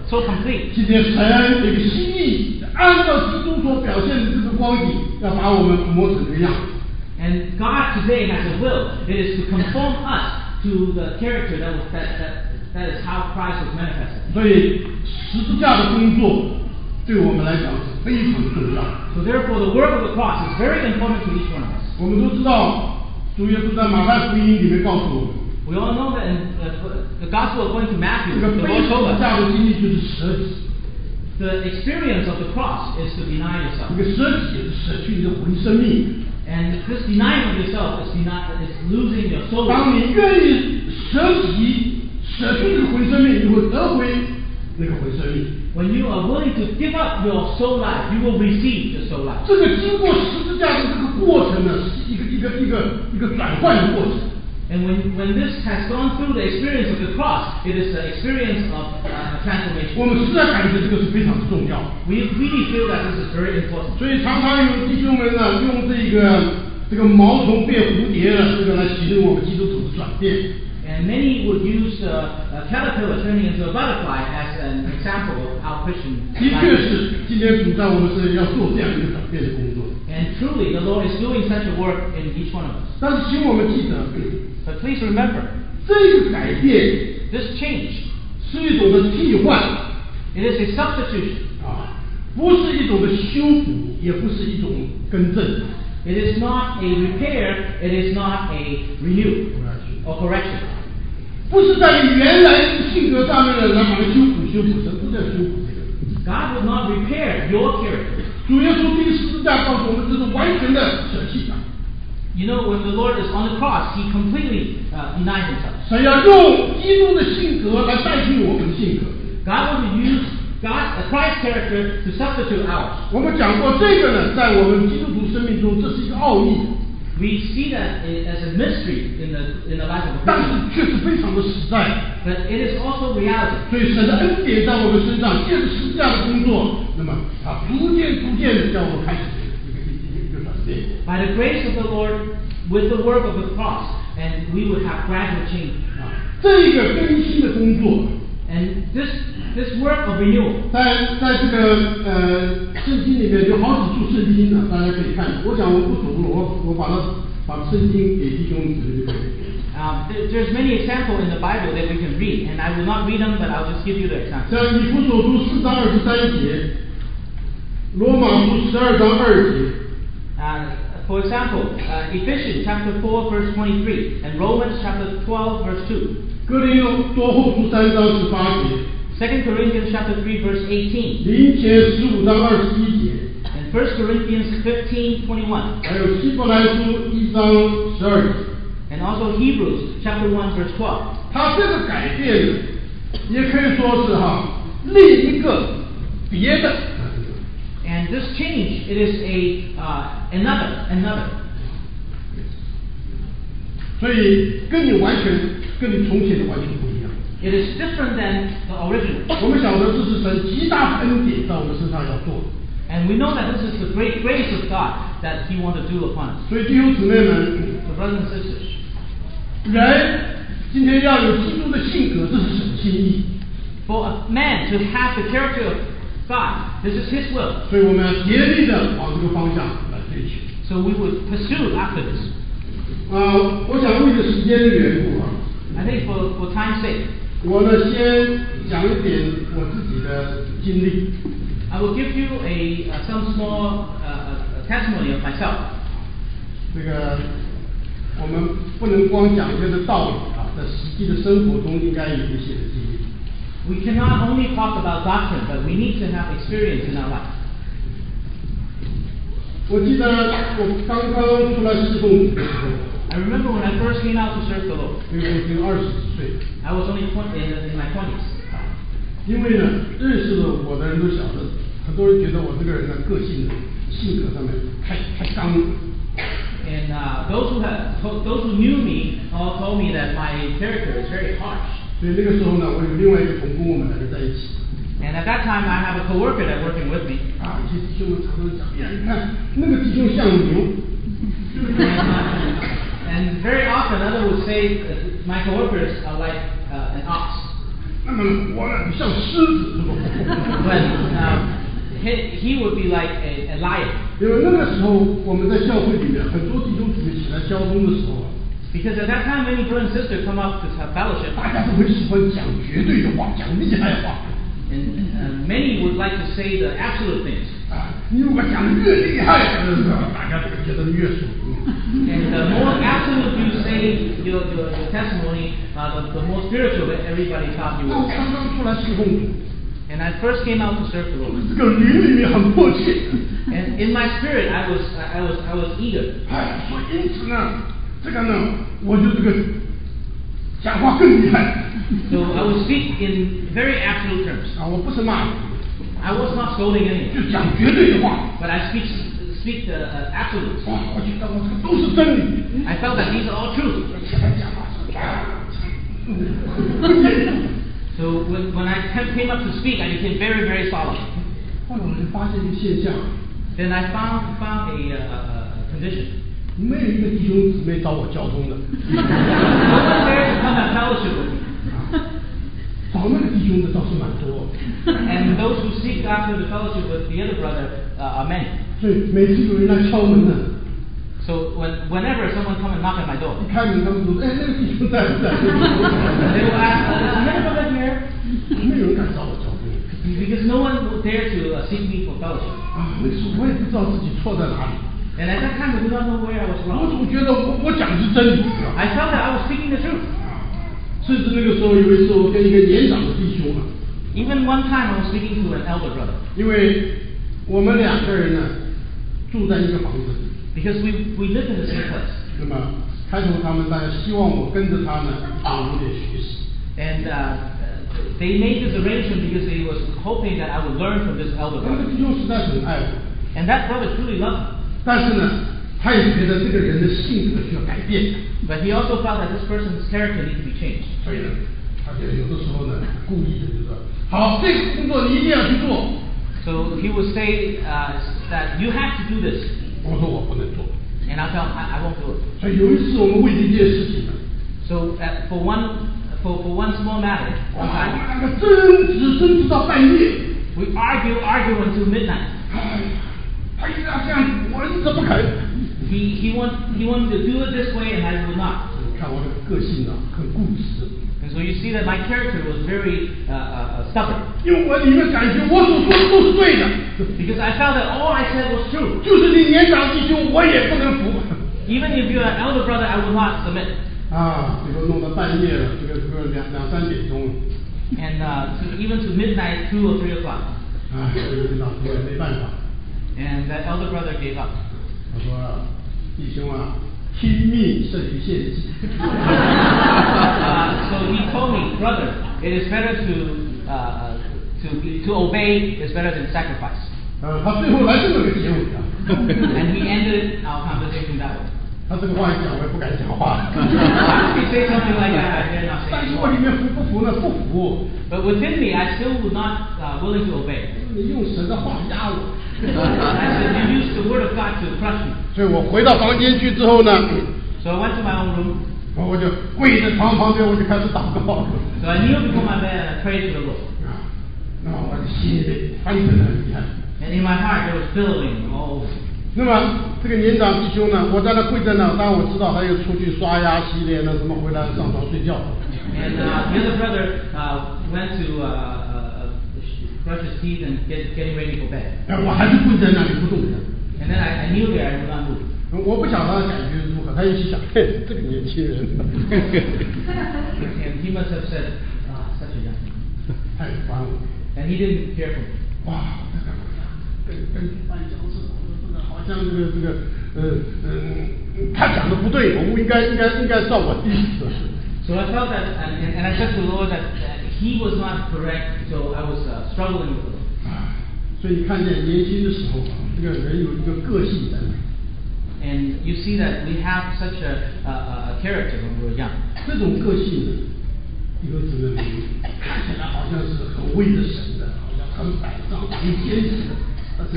[SPEAKER 2] so complete,
[SPEAKER 3] 今天神啊这个心意，按照基督所表现的这个光景，要把我们磨成这个样子。
[SPEAKER 2] and God today has a will. It is to conform us to the character that was, that, that that is how Christ was manifested.
[SPEAKER 3] 所以十字架的工作对我们来讲是非常重要。
[SPEAKER 2] So therefore, the work of the cross is very important to each one of us.
[SPEAKER 3] 我们都知道，主耶稣在马太福音里面告诉我们，
[SPEAKER 2] We all know that in uh, the Gospel according to
[SPEAKER 3] 这
[SPEAKER 2] Matthew,
[SPEAKER 3] 个
[SPEAKER 2] the
[SPEAKER 3] 背
[SPEAKER 2] Lord
[SPEAKER 3] 十
[SPEAKER 2] told
[SPEAKER 3] 字
[SPEAKER 2] us
[SPEAKER 3] 架的经历就是舍己，
[SPEAKER 2] the experience of the cross is to deny
[SPEAKER 3] 这
[SPEAKER 2] yourself,
[SPEAKER 3] 个舍己也是舍去你的魂生命。
[SPEAKER 2] and this denying of yourself is deny is losing your soul.
[SPEAKER 3] 当你愿意舍己、舍去这个魂生命，你会得回那个魂生命。
[SPEAKER 2] When you are willing to give up your soul life, you will receive your soul life.
[SPEAKER 3] 这个经过十字架的这个过程呢，是一个一个一个一个转换的过程。
[SPEAKER 2] And when, when this has gone through the experience of the cross, it is the experience of uh, transformation.
[SPEAKER 3] 我们实在感觉这个是非常重要。
[SPEAKER 2] We really feel that this is very important.
[SPEAKER 3] 所以常常有弟兄们呢，用这个这个毛虫变蝴蝶呢，这个来形容我们基督徒的转变。
[SPEAKER 2] And many would use uh, a caterpillar turning into a butterfly as an example of how Christian
[SPEAKER 3] 的确
[SPEAKER 2] life is.
[SPEAKER 3] 是，今天主在我们身上要做这样一个转变的工作。
[SPEAKER 2] And truly, the Lord is doing such a work in each one of us.
[SPEAKER 3] 但是，请我们记得，
[SPEAKER 2] But please remember,
[SPEAKER 3] 这个改变
[SPEAKER 2] this change,
[SPEAKER 3] 是一种的替换
[SPEAKER 2] it is a substitution.
[SPEAKER 3] 啊，不是一种的修补，也不是一种更正。
[SPEAKER 2] It is not a repair, it is not a renew
[SPEAKER 3] 我要去
[SPEAKER 2] or correction.
[SPEAKER 3] 不是在你原来这个性格上面呢，来把它修补修补，神不叫修补这个。
[SPEAKER 2] God will not repair your character.
[SPEAKER 3] 主耶稣这个十字架告诉我们，这是完全的舍弃啊。
[SPEAKER 2] You know, when the Lord is on the cross, He completely uh, denied Himself.
[SPEAKER 3] 神要用基督的性格来代替我们的性格。
[SPEAKER 2] God wants to use God, uh, Christ's character to substitute ours.
[SPEAKER 3] 我们讲过这个呢，在我们基督徒生命中，这是一个奥义，
[SPEAKER 2] We see that i- as a mystery in the in the life of a
[SPEAKER 3] 但是
[SPEAKER 2] Christian,
[SPEAKER 3] 却是非常的实在。
[SPEAKER 2] but it is also reality.
[SPEAKER 3] 所以神的恩典在我们身上，借着十字架的工作，那么啊，逐渐逐渐的叫我们开始一个一个一个一个转变。
[SPEAKER 2] By the grace of the Lord, with the work of the cross, and we would have gradual change.
[SPEAKER 3] 啊，这个更新的工作，
[SPEAKER 2] And this this work of renewal,
[SPEAKER 3] 在在这个呃圣经里面有好几处圣经呢，大家可以看。我想我不读了，我我把它把圣经给弟兄姊妹就可以了。
[SPEAKER 2] um, there, there's many examples in the Bible that we can read, and I will not read them, but I'll just give you the example.
[SPEAKER 3] 像以弗所书四章二十三节，罗马书十二章二节，
[SPEAKER 2] Uh, for example, uh, Ephesians chapter 4, verse 23, and Romans chapter 12, verse 2,
[SPEAKER 3] 哥林多后书三章十八节，
[SPEAKER 2] 2 Corinthians chapter 3, verse 18,
[SPEAKER 3] 林前十五章二十一节，
[SPEAKER 2] and 1 Corinthians 15, 21,
[SPEAKER 3] 还有希伯来书一章十二节。
[SPEAKER 2] and also Hebrews chapter 1, verse 12.
[SPEAKER 3] 他这个改变，也可以说是哈另一个别的。
[SPEAKER 2] And this change, it is a uh, another, another.
[SPEAKER 3] 所以跟你完全跟你从前的完全不一样。
[SPEAKER 2] It is different than the original.
[SPEAKER 3] 我们晓得这是神极大的恩典在我们身上要做的。
[SPEAKER 2] And we know that this is the great grace of God that He wants to do upon us.
[SPEAKER 3] 所以弟兄姊妹们，
[SPEAKER 2] So brothers and sisters,
[SPEAKER 3] 人今天要有基督的性格，这是神的心意，
[SPEAKER 2] for a man to have the character of God, this is His will.
[SPEAKER 3] 所以我们要竭力的往这个方向来追求。
[SPEAKER 2] So we would pursue after this.
[SPEAKER 3] 啊、我想为了时间的缘故啊，
[SPEAKER 2] I think for, for time's sake,
[SPEAKER 3] 我呢先讲一点我自己的经历。
[SPEAKER 2] I will give you a, uh, some small uh, uh, testimony of myself.
[SPEAKER 3] 这个我们不能光讲一个的道理啊，在实际的生活中应该有一些的经历。
[SPEAKER 2] We cannot only talk about doctrine, but we need to have experience in our life.
[SPEAKER 3] 我记得我刚刚出来侍奉主的时候，
[SPEAKER 2] I remember when I first came out to serve the Lord,
[SPEAKER 3] 因为我只有二十几岁，
[SPEAKER 2] I was only 20, in, in my 20s.
[SPEAKER 3] 因为呢，认识了我的人都晓得，很多人觉得我这个人的个性呢、性格上面太太刚，
[SPEAKER 2] And uh, those who have, to- those who knew me all told me that my character is very harsh.
[SPEAKER 3] 所以那个时候呢，我有另外一个同工，我们两个在一起
[SPEAKER 2] And at that time, I have a coworker that working with me.
[SPEAKER 3] 啊，有些弟兄们常常讲，哎呀，你看那个弟兄像牛，
[SPEAKER 2] And, uh, and very often, others would say that my coworkers are like uh, an ox.
[SPEAKER 3] 那么活呢就像狮子， [LAUGHS]
[SPEAKER 2] But um, he, he would be like a, a lion.
[SPEAKER 3] 因为那个时候我们在教会里面，很多弟兄姊妹起来交通的时候啊，
[SPEAKER 2] Because at that time, many brothers and sisters come up to have fellowship,
[SPEAKER 3] 大家都很喜欢讲绝对的话，讲厉害话
[SPEAKER 2] and uh, many would like to say the absolute things.
[SPEAKER 3] 啊。你如果讲的越厉害，嗯大家就觉得越属灵。
[SPEAKER 2] And the more absolute you say your, your, your testimony, uh, the, the more spiritual that everybody thought you
[SPEAKER 3] 那我
[SPEAKER 2] were.
[SPEAKER 3] 刚刚出来侍奉主，
[SPEAKER 2] And I first came out to serve the
[SPEAKER 3] 我
[SPEAKER 2] Lord.
[SPEAKER 3] 这个灵里面很迫切，
[SPEAKER 2] And in my spirit, I was, I I was, I was eager.
[SPEAKER 3] 哎，所以因此呢，这个呢，我就这个讲话更厉害
[SPEAKER 2] So I would speak in very absolute terms.
[SPEAKER 3] 啊，我不是骂人，
[SPEAKER 2] I was not scolding
[SPEAKER 3] 就
[SPEAKER 2] anyone,
[SPEAKER 3] 讲绝对的话。
[SPEAKER 2] but I speak, speak the uh, absolutes.
[SPEAKER 3] 哇，我觉得我这个都是真理。
[SPEAKER 2] I felt that these are all true.
[SPEAKER 3] 我起来讲话是吧？
[SPEAKER 2] So when, when I ca- came up to speak, I became very, very solemn.
[SPEAKER 3] 后来我就发现一个现象，
[SPEAKER 2] Then I found, found a, uh, uh, uh, condition.
[SPEAKER 3] 没有一个弟兄姊妹找我交通的，
[SPEAKER 2] No one dared to come and fellowship with me.
[SPEAKER 3] 找那个弟兄的倒是蛮多，
[SPEAKER 2] And those who seek after the fellowship with the other brother uh, are many.
[SPEAKER 3] 所以每次有人来敲门呢，
[SPEAKER 2] So when, whenever someone come and knock at my door,
[SPEAKER 3] 一开门他们都说：“哎，那个弟兄在不在
[SPEAKER 2] they will ask, "Uh, is another brother here?？”
[SPEAKER 3] 没有人敢找我交通
[SPEAKER 2] Because no one would dare to uh, seek me for fellowship.
[SPEAKER 3] 啊！那个时候我也不知道自己错在哪里，
[SPEAKER 2] And at that time, I did not know where I was
[SPEAKER 3] 我
[SPEAKER 2] wrong.
[SPEAKER 3] 总觉得我我讲的是真理。
[SPEAKER 2] I felt that I was speaking the truth.
[SPEAKER 3] 甚至那个时候有一次，我跟一个年长的弟兄啊，
[SPEAKER 2] Even one time, I was speaking to an elder brother
[SPEAKER 3] 因为我们两个人呢住在一个房子里。
[SPEAKER 2] because we, we lived in the same place.
[SPEAKER 3] 那么开头他们大家希望我跟着他们一起有点学习，
[SPEAKER 2] And uh, uh, they made this arrangement because they was hoping that I would learn from this elder
[SPEAKER 3] 那个
[SPEAKER 2] brother.
[SPEAKER 3] 弟兄实在很爱我，
[SPEAKER 2] And that brother truly loved me.
[SPEAKER 3] 但是呢，他也觉得这个人的性格需要改变，
[SPEAKER 2] But he also felt that this person's character needed to be changed.
[SPEAKER 3] 所以呢，他就有的时候呢故意的就说，好，这个工作你一定要去做。
[SPEAKER 2] So he would say uh, that you have to do this,
[SPEAKER 3] 我说我不能做，
[SPEAKER 2] and I'll tell him I, I won't do it.
[SPEAKER 3] 所以有一次我们为了一件事情呢，
[SPEAKER 2] So uh, for one for, for one small matter,
[SPEAKER 3] 哇，
[SPEAKER 2] one
[SPEAKER 3] 我们
[SPEAKER 2] time,
[SPEAKER 3] 两个争执争执到半夜，
[SPEAKER 2] we argue argue until midnight.
[SPEAKER 3] 哎，他一直要这样，我一直不肯。
[SPEAKER 2] He he want, he wanted to do it this way, and I would not.
[SPEAKER 3] 你看我这个个性啊，很固执。
[SPEAKER 2] And so you see that my character was very uh, uh, uh, stubborn
[SPEAKER 3] 因为我里面感觉我所说的都是对的，
[SPEAKER 2] because I felt that all I said was true.
[SPEAKER 3] 就是你年长弟兄，我也不能服 [LAUGHS]
[SPEAKER 2] Even if you're an elder brother, I will not submit.
[SPEAKER 3] 啊！这个弄到半夜了，这个这个两两三点钟了，
[SPEAKER 2] And uh, to, even to midnight, two or three o'clock,
[SPEAKER 3] 哎，这个老师我也没办法。
[SPEAKER 2] and that elder brother gave up.
[SPEAKER 3] 我说啊弟兄啊，听命胜于献 [LAUGHS] 计，
[SPEAKER 2] Uh, so he told me, brother, it is better to uh, to to obey is better than sacrifice.
[SPEAKER 3] 呃，他最后来这么个结尾啊，
[SPEAKER 2] And we ended our conversation that way.
[SPEAKER 3] 他这个话一讲，我也不敢讲话。 [LAUGHS]
[SPEAKER 2] I could say something like that, I dare not say
[SPEAKER 3] 但是我里
[SPEAKER 2] anymore.
[SPEAKER 3] 面服不服呢？不服，
[SPEAKER 2] But within me, I still would not uh, willing to obey.
[SPEAKER 3] 你用神的话压我。
[SPEAKER 2] I said, you used the word of God to crush me.
[SPEAKER 3] 所以我回到房间去之后呢，
[SPEAKER 2] So I went to my own room.
[SPEAKER 3] 我就跪在床旁边，我就开始祷告了。
[SPEAKER 2] So I kneeled before my bed and I prayed to the Lord.
[SPEAKER 3] 啊，那么我的心里面翻腾得很厉害。
[SPEAKER 2] And in my heart, there was billowing Oh, all over.
[SPEAKER 3] 那么这个年长弟兄呢，我在那跪在那，当然我知道他又出去刷牙、洗脸了，什么回来上床睡觉。
[SPEAKER 2] And uh, the other brother uh, went to uh, uh, uh, brush his teeth and get, getting ready for bed.
[SPEAKER 3] 哎，我还是跪在那里不动的。
[SPEAKER 2] And then I, I knew that I would not do it.
[SPEAKER 3] 我不晓得他的感觉如何，他也心想， [LAUGHS] 嘿，这个年轻人，
[SPEAKER 2] And he must have said, ah, such a young man.
[SPEAKER 3] 太烦了，
[SPEAKER 2] And he didn't care for me.
[SPEAKER 3] 哇，这个跟跟范教授，这个好像这个这个，呃嗯，他讲的不对，我应该应该应该照我的意思。
[SPEAKER 2] So I felt that, and, and, and I said to the Lord that, that he was not correct, so I was uh, struggling with it.
[SPEAKER 3] 所以看见年轻的时候啊，这个人有一个个性在那，
[SPEAKER 2] And you see that we have such a, a, a character when we were young.
[SPEAKER 3] 这种个性呢，一个姊妹们看起来好像是很为了神的，好像很摆上、很坚持的，但是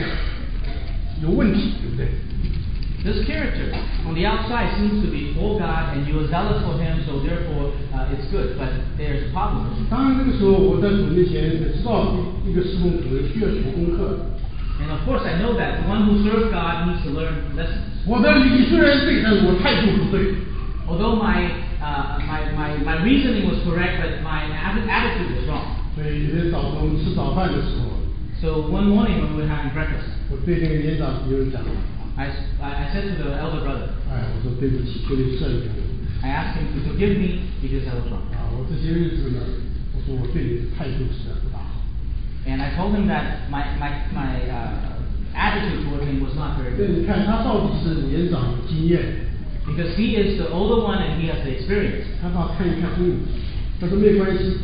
[SPEAKER 3] 有问题，对不对？
[SPEAKER 2] This character on the outside seems to be for God and you are zealous for Him, so therefore uh, it's good, but there's a problem.
[SPEAKER 3] 当然，那个时候我在主面前也知道一个师傅可能需要学功课。
[SPEAKER 2] And of course, I know that the one who serves God needs to learn lessons.
[SPEAKER 3] 我的理虽然对，但是我态度不对。
[SPEAKER 2] Although my, uh, my, my, my reasoning was correct, but my atti- attitude was wrong.
[SPEAKER 3] 所以有天早晨我们吃早饭的时候，
[SPEAKER 2] So one morning when we were having breakfast,
[SPEAKER 3] 我对那个年长朋友讲，
[SPEAKER 2] I, s- I- I said to the elder brother,
[SPEAKER 3] 哎，我说对不起，求你赦免我。
[SPEAKER 2] I asked him to forgive me because I was wrong.
[SPEAKER 3] 啊，我这些日子呢，我说我对你的态度实在不大好。
[SPEAKER 2] And I told him that my, my, my uh, attitude toward him was not very
[SPEAKER 3] 那
[SPEAKER 2] good
[SPEAKER 3] 你看他到底是年长有经验，
[SPEAKER 2] because he is the older one and he has the experience.
[SPEAKER 3] 他爸看一看，嗯，他说没关系，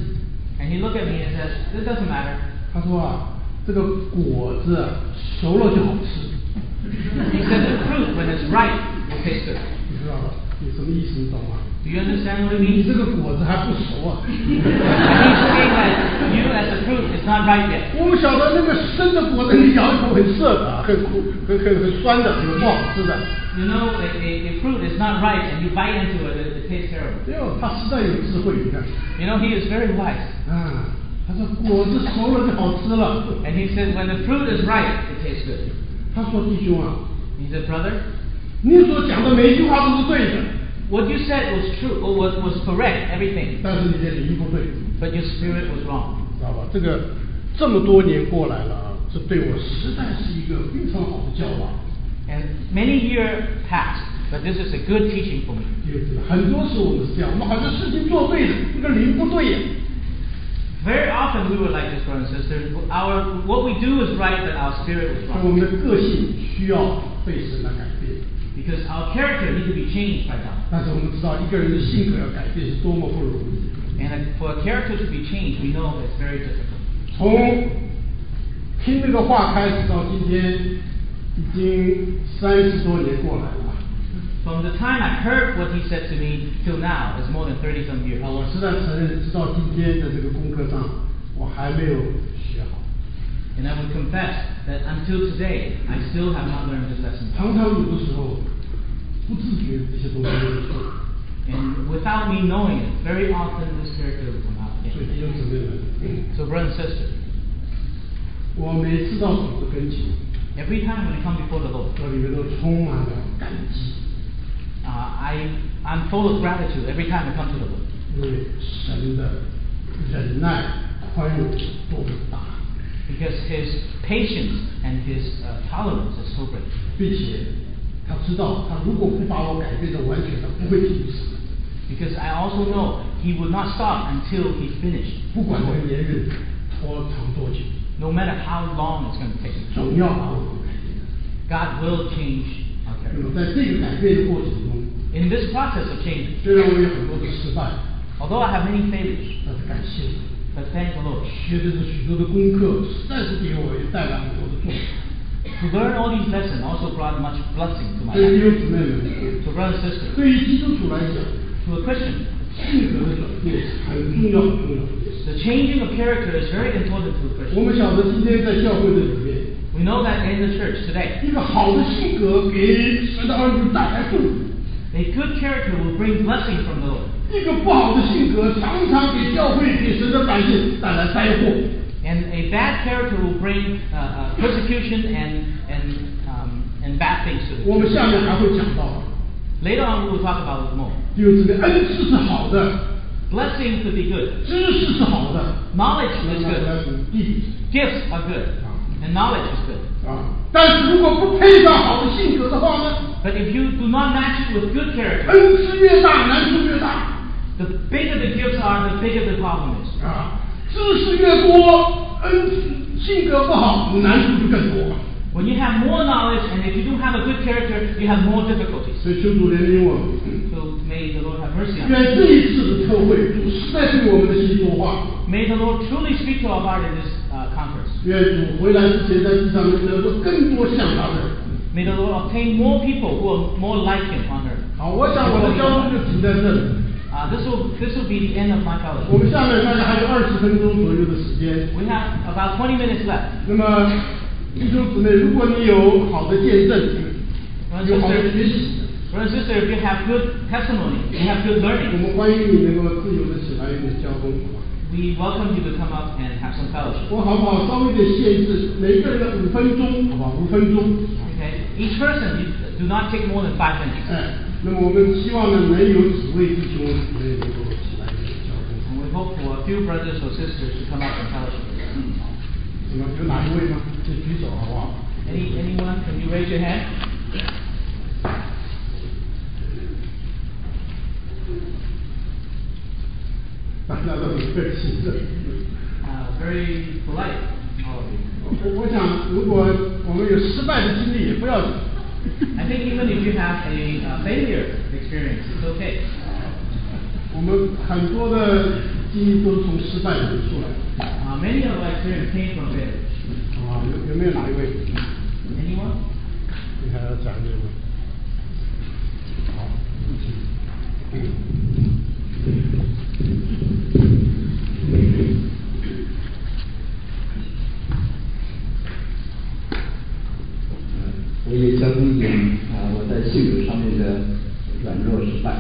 [SPEAKER 2] And he looked at me and said, It doesn't matter.
[SPEAKER 3] 他说啊，这个果子啊熟了就好吃。
[SPEAKER 2] He said, The fruit, when it's ripe, will taste good.
[SPEAKER 3] 你知道吧？有什么意思？你懂吗？
[SPEAKER 2] Do you understand what it
[SPEAKER 3] 你
[SPEAKER 2] means? [LAUGHS]
[SPEAKER 3] 这个果子还不熟啊！
[SPEAKER 2] He's saying that you, as a fruit, is not ripe yet.
[SPEAKER 3] 我们晓得那个生的果子，你咬一口很涩的，很苦，很很很酸的，很不好吃的。
[SPEAKER 2] You know, a, a, a fruit is not ripe, and you bite into it, it, it tastes terrible.
[SPEAKER 3] 哎呦，他实在有智慧，你看，
[SPEAKER 2] You know, he is very wise.
[SPEAKER 3] 啊，他说果子熟了就好吃了。
[SPEAKER 2] And he said, When the fruit is ripe, it tastes good.
[SPEAKER 3] 他说弟兄啊，
[SPEAKER 2] He said, Brother,
[SPEAKER 3] 你所讲的每一句话都是对的，
[SPEAKER 2] what you said was true, or was, was correct, everything,
[SPEAKER 3] 但是你的灵不对，
[SPEAKER 2] but your spirit was wrong.
[SPEAKER 3] 知道吧？这个这么多年过来了啊，这对我实在是一个非常好的教导。
[SPEAKER 2] And many years passed, but this is a good teaching for me.
[SPEAKER 3] 因为这个很多时候我们是这样，我们好像事情做对了，那个灵不对呀、
[SPEAKER 2] Very often we were like this, brothers and sisters. Our what we do is right, but our spirit was
[SPEAKER 3] 所以我们
[SPEAKER 2] wrong
[SPEAKER 3] 的个性需要被神来改变。
[SPEAKER 2] because our character needs to be changed by God.
[SPEAKER 3] 但是我们知道，一个人的性格要改变是多么不容易。
[SPEAKER 2] And for a character to be changed, we know it's very difficult.
[SPEAKER 3] 从听那个话开始到今天，已经三十多年过来了。
[SPEAKER 2] From the time I heard what he said to me till now is more than thirty some years.
[SPEAKER 3] 啊，我实在承认，直到今天的这个功课上，我还没有学好。
[SPEAKER 2] And I would confess that until today, I still have not learned this lesson.
[SPEAKER 3] 常常有的时候，不自觉这些东西都错。
[SPEAKER 2] And without me knowing it, very often this character will come out
[SPEAKER 3] 所以
[SPEAKER 2] again.
[SPEAKER 3] 弟兄姊妹们，
[SPEAKER 2] So, brother and sister,
[SPEAKER 3] 我每次到主的跟前，
[SPEAKER 2] every time when I come before the Lord,
[SPEAKER 3] 我里面都充满了感激。
[SPEAKER 2] uh, I I'm full of gratitude every time I come to the Lord.
[SPEAKER 3] 因为神的忍耐、宽容多么大，
[SPEAKER 2] Because his patience and his uh, tolerance is so great.
[SPEAKER 3] 并且他知道，他如果不把我改变的完全，他不会停止的，
[SPEAKER 2] Because I also know he would not stop until he finished,
[SPEAKER 3] 不管这个年日拖长多久，
[SPEAKER 2] no matter how long it's going to take.
[SPEAKER 3] 总要把我改变的。
[SPEAKER 2] God will change our
[SPEAKER 3] 那
[SPEAKER 2] character.
[SPEAKER 3] 么在这个改变的过程中，
[SPEAKER 2] In this process of changing,
[SPEAKER 3] 虽然我有很多的失败，
[SPEAKER 2] although I have many failures,
[SPEAKER 3] 但是感谢主
[SPEAKER 2] but thank the Lord.
[SPEAKER 3] 学的这许多的功课，实在是给我也带来很多的作用。
[SPEAKER 2] To learn all these lessons also brought much blessing to my
[SPEAKER 3] 所以弟
[SPEAKER 2] life.
[SPEAKER 3] 兄姊妹们，
[SPEAKER 2] So, brother and sister,
[SPEAKER 3] 对于基督徒来讲，
[SPEAKER 2] to a Christian,
[SPEAKER 3] 性格的转变是很重要、很重要的。
[SPEAKER 2] the changing of character is very important to a Christian.
[SPEAKER 3] 我们晓得今天在教会的里面，
[SPEAKER 2] We know that in the church today,
[SPEAKER 3] 一个好的性格给神的儿女带来祝福，
[SPEAKER 2] a good character will bring blessing from the Lord.
[SPEAKER 3] 一个不好的性格常常给教会、给神的百姓带来灾祸。
[SPEAKER 2] And a bad character will bring uh, uh, persecution and and um, and bad things to
[SPEAKER 3] 我
[SPEAKER 2] them.
[SPEAKER 3] 们下面还会讲到，
[SPEAKER 2] Later on, we will talk about it more.
[SPEAKER 3] 就是这个恩赐是好的，
[SPEAKER 2] Blessing could be good.
[SPEAKER 3] 知识是好的，
[SPEAKER 2] Knowledge
[SPEAKER 3] 那
[SPEAKER 2] is
[SPEAKER 3] 么
[SPEAKER 2] good.
[SPEAKER 3] 地
[SPEAKER 2] Gifts are good.
[SPEAKER 3] 啊，
[SPEAKER 2] and knowledge is good.
[SPEAKER 3] 啊。但是如果不配上好的性格的话呢，
[SPEAKER 2] But if you do not match it with good character,
[SPEAKER 3] 恩赐越大，难处越大
[SPEAKER 2] the bigger the gifts are, the bigger the problem is.
[SPEAKER 3] 啊。知识越多，恩赐性格不好，难处就更多。
[SPEAKER 2] When you have more knowledge and if you don't have a good character, you have more difficulties.
[SPEAKER 3] 所以修主怜悯我们，
[SPEAKER 2] So may the Lord have mercy on us.
[SPEAKER 3] 嗯愿这一次的特会，主实在对我们的心说话。
[SPEAKER 2] May the Lord truly speak to our heart in this uh, conference.
[SPEAKER 3] 愿主回来之前，在地上能够更多像他的人。
[SPEAKER 2] May the Lord obtain more people who are more like Him on earth.
[SPEAKER 3] 好，我想我的交通就停在这里。
[SPEAKER 2] Uh, this will this will be the end of my fellowship.
[SPEAKER 3] 我们下面大概还有二十分钟左右的时间。
[SPEAKER 2] We have about 20 minutes left.
[SPEAKER 3] 那么，弟兄姊妹，如果你有好的见证，
[SPEAKER 2] Brothers
[SPEAKER 3] 有
[SPEAKER 2] and
[SPEAKER 3] 好的学
[SPEAKER 2] sisters,
[SPEAKER 3] 习，
[SPEAKER 2] brothers and sisters, if you have good testimony, you have good
[SPEAKER 3] 我
[SPEAKER 2] learning,
[SPEAKER 3] 们欢迎你能够自由的起来你的交通。
[SPEAKER 2] we welcome you to come up and have some fellowship.
[SPEAKER 3] 我好不好？稍微的限制每个人的五分钟，好吧，五分钟。
[SPEAKER 2] Okay? Each person, you do not take more than five minutes.
[SPEAKER 3] 哎，那么我们希望呢，能有几位弟兄姊妹能够起来你的交通。
[SPEAKER 2] And we hope for a few brothers or sisters to come up and fellowship.
[SPEAKER 3] 那么有哪一位吗？就举手好不好？
[SPEAKER 2] Any, anyone, can you raise your hand?
[SPEAKER 3] 大家都很客气的。
[SPEAKER 2] Uh, very polite, all of you.
[SPEAKER 3] 我我想，如果我们有失败的经历，也不要紧。
[SPEAKER 2] I think even if you have a uh, failure experience, it's okay.
[SPEAKER 3] 我们很多的经历都是从失败里面出来的，
[SPEAKER 2] Uh, many of our experience came from failures.
[SPEAKER 3] 好
[SPEAKER 1] 啊
[SPEAKER 3] 吧？有有没有哪一位？
[SPEAKER 2] Anyone?
[SPEAKER 3] 你还要讲这个？好，
[SPEAKER 4] 嗯我也交通一点啊、我在性格上面的软弱失败。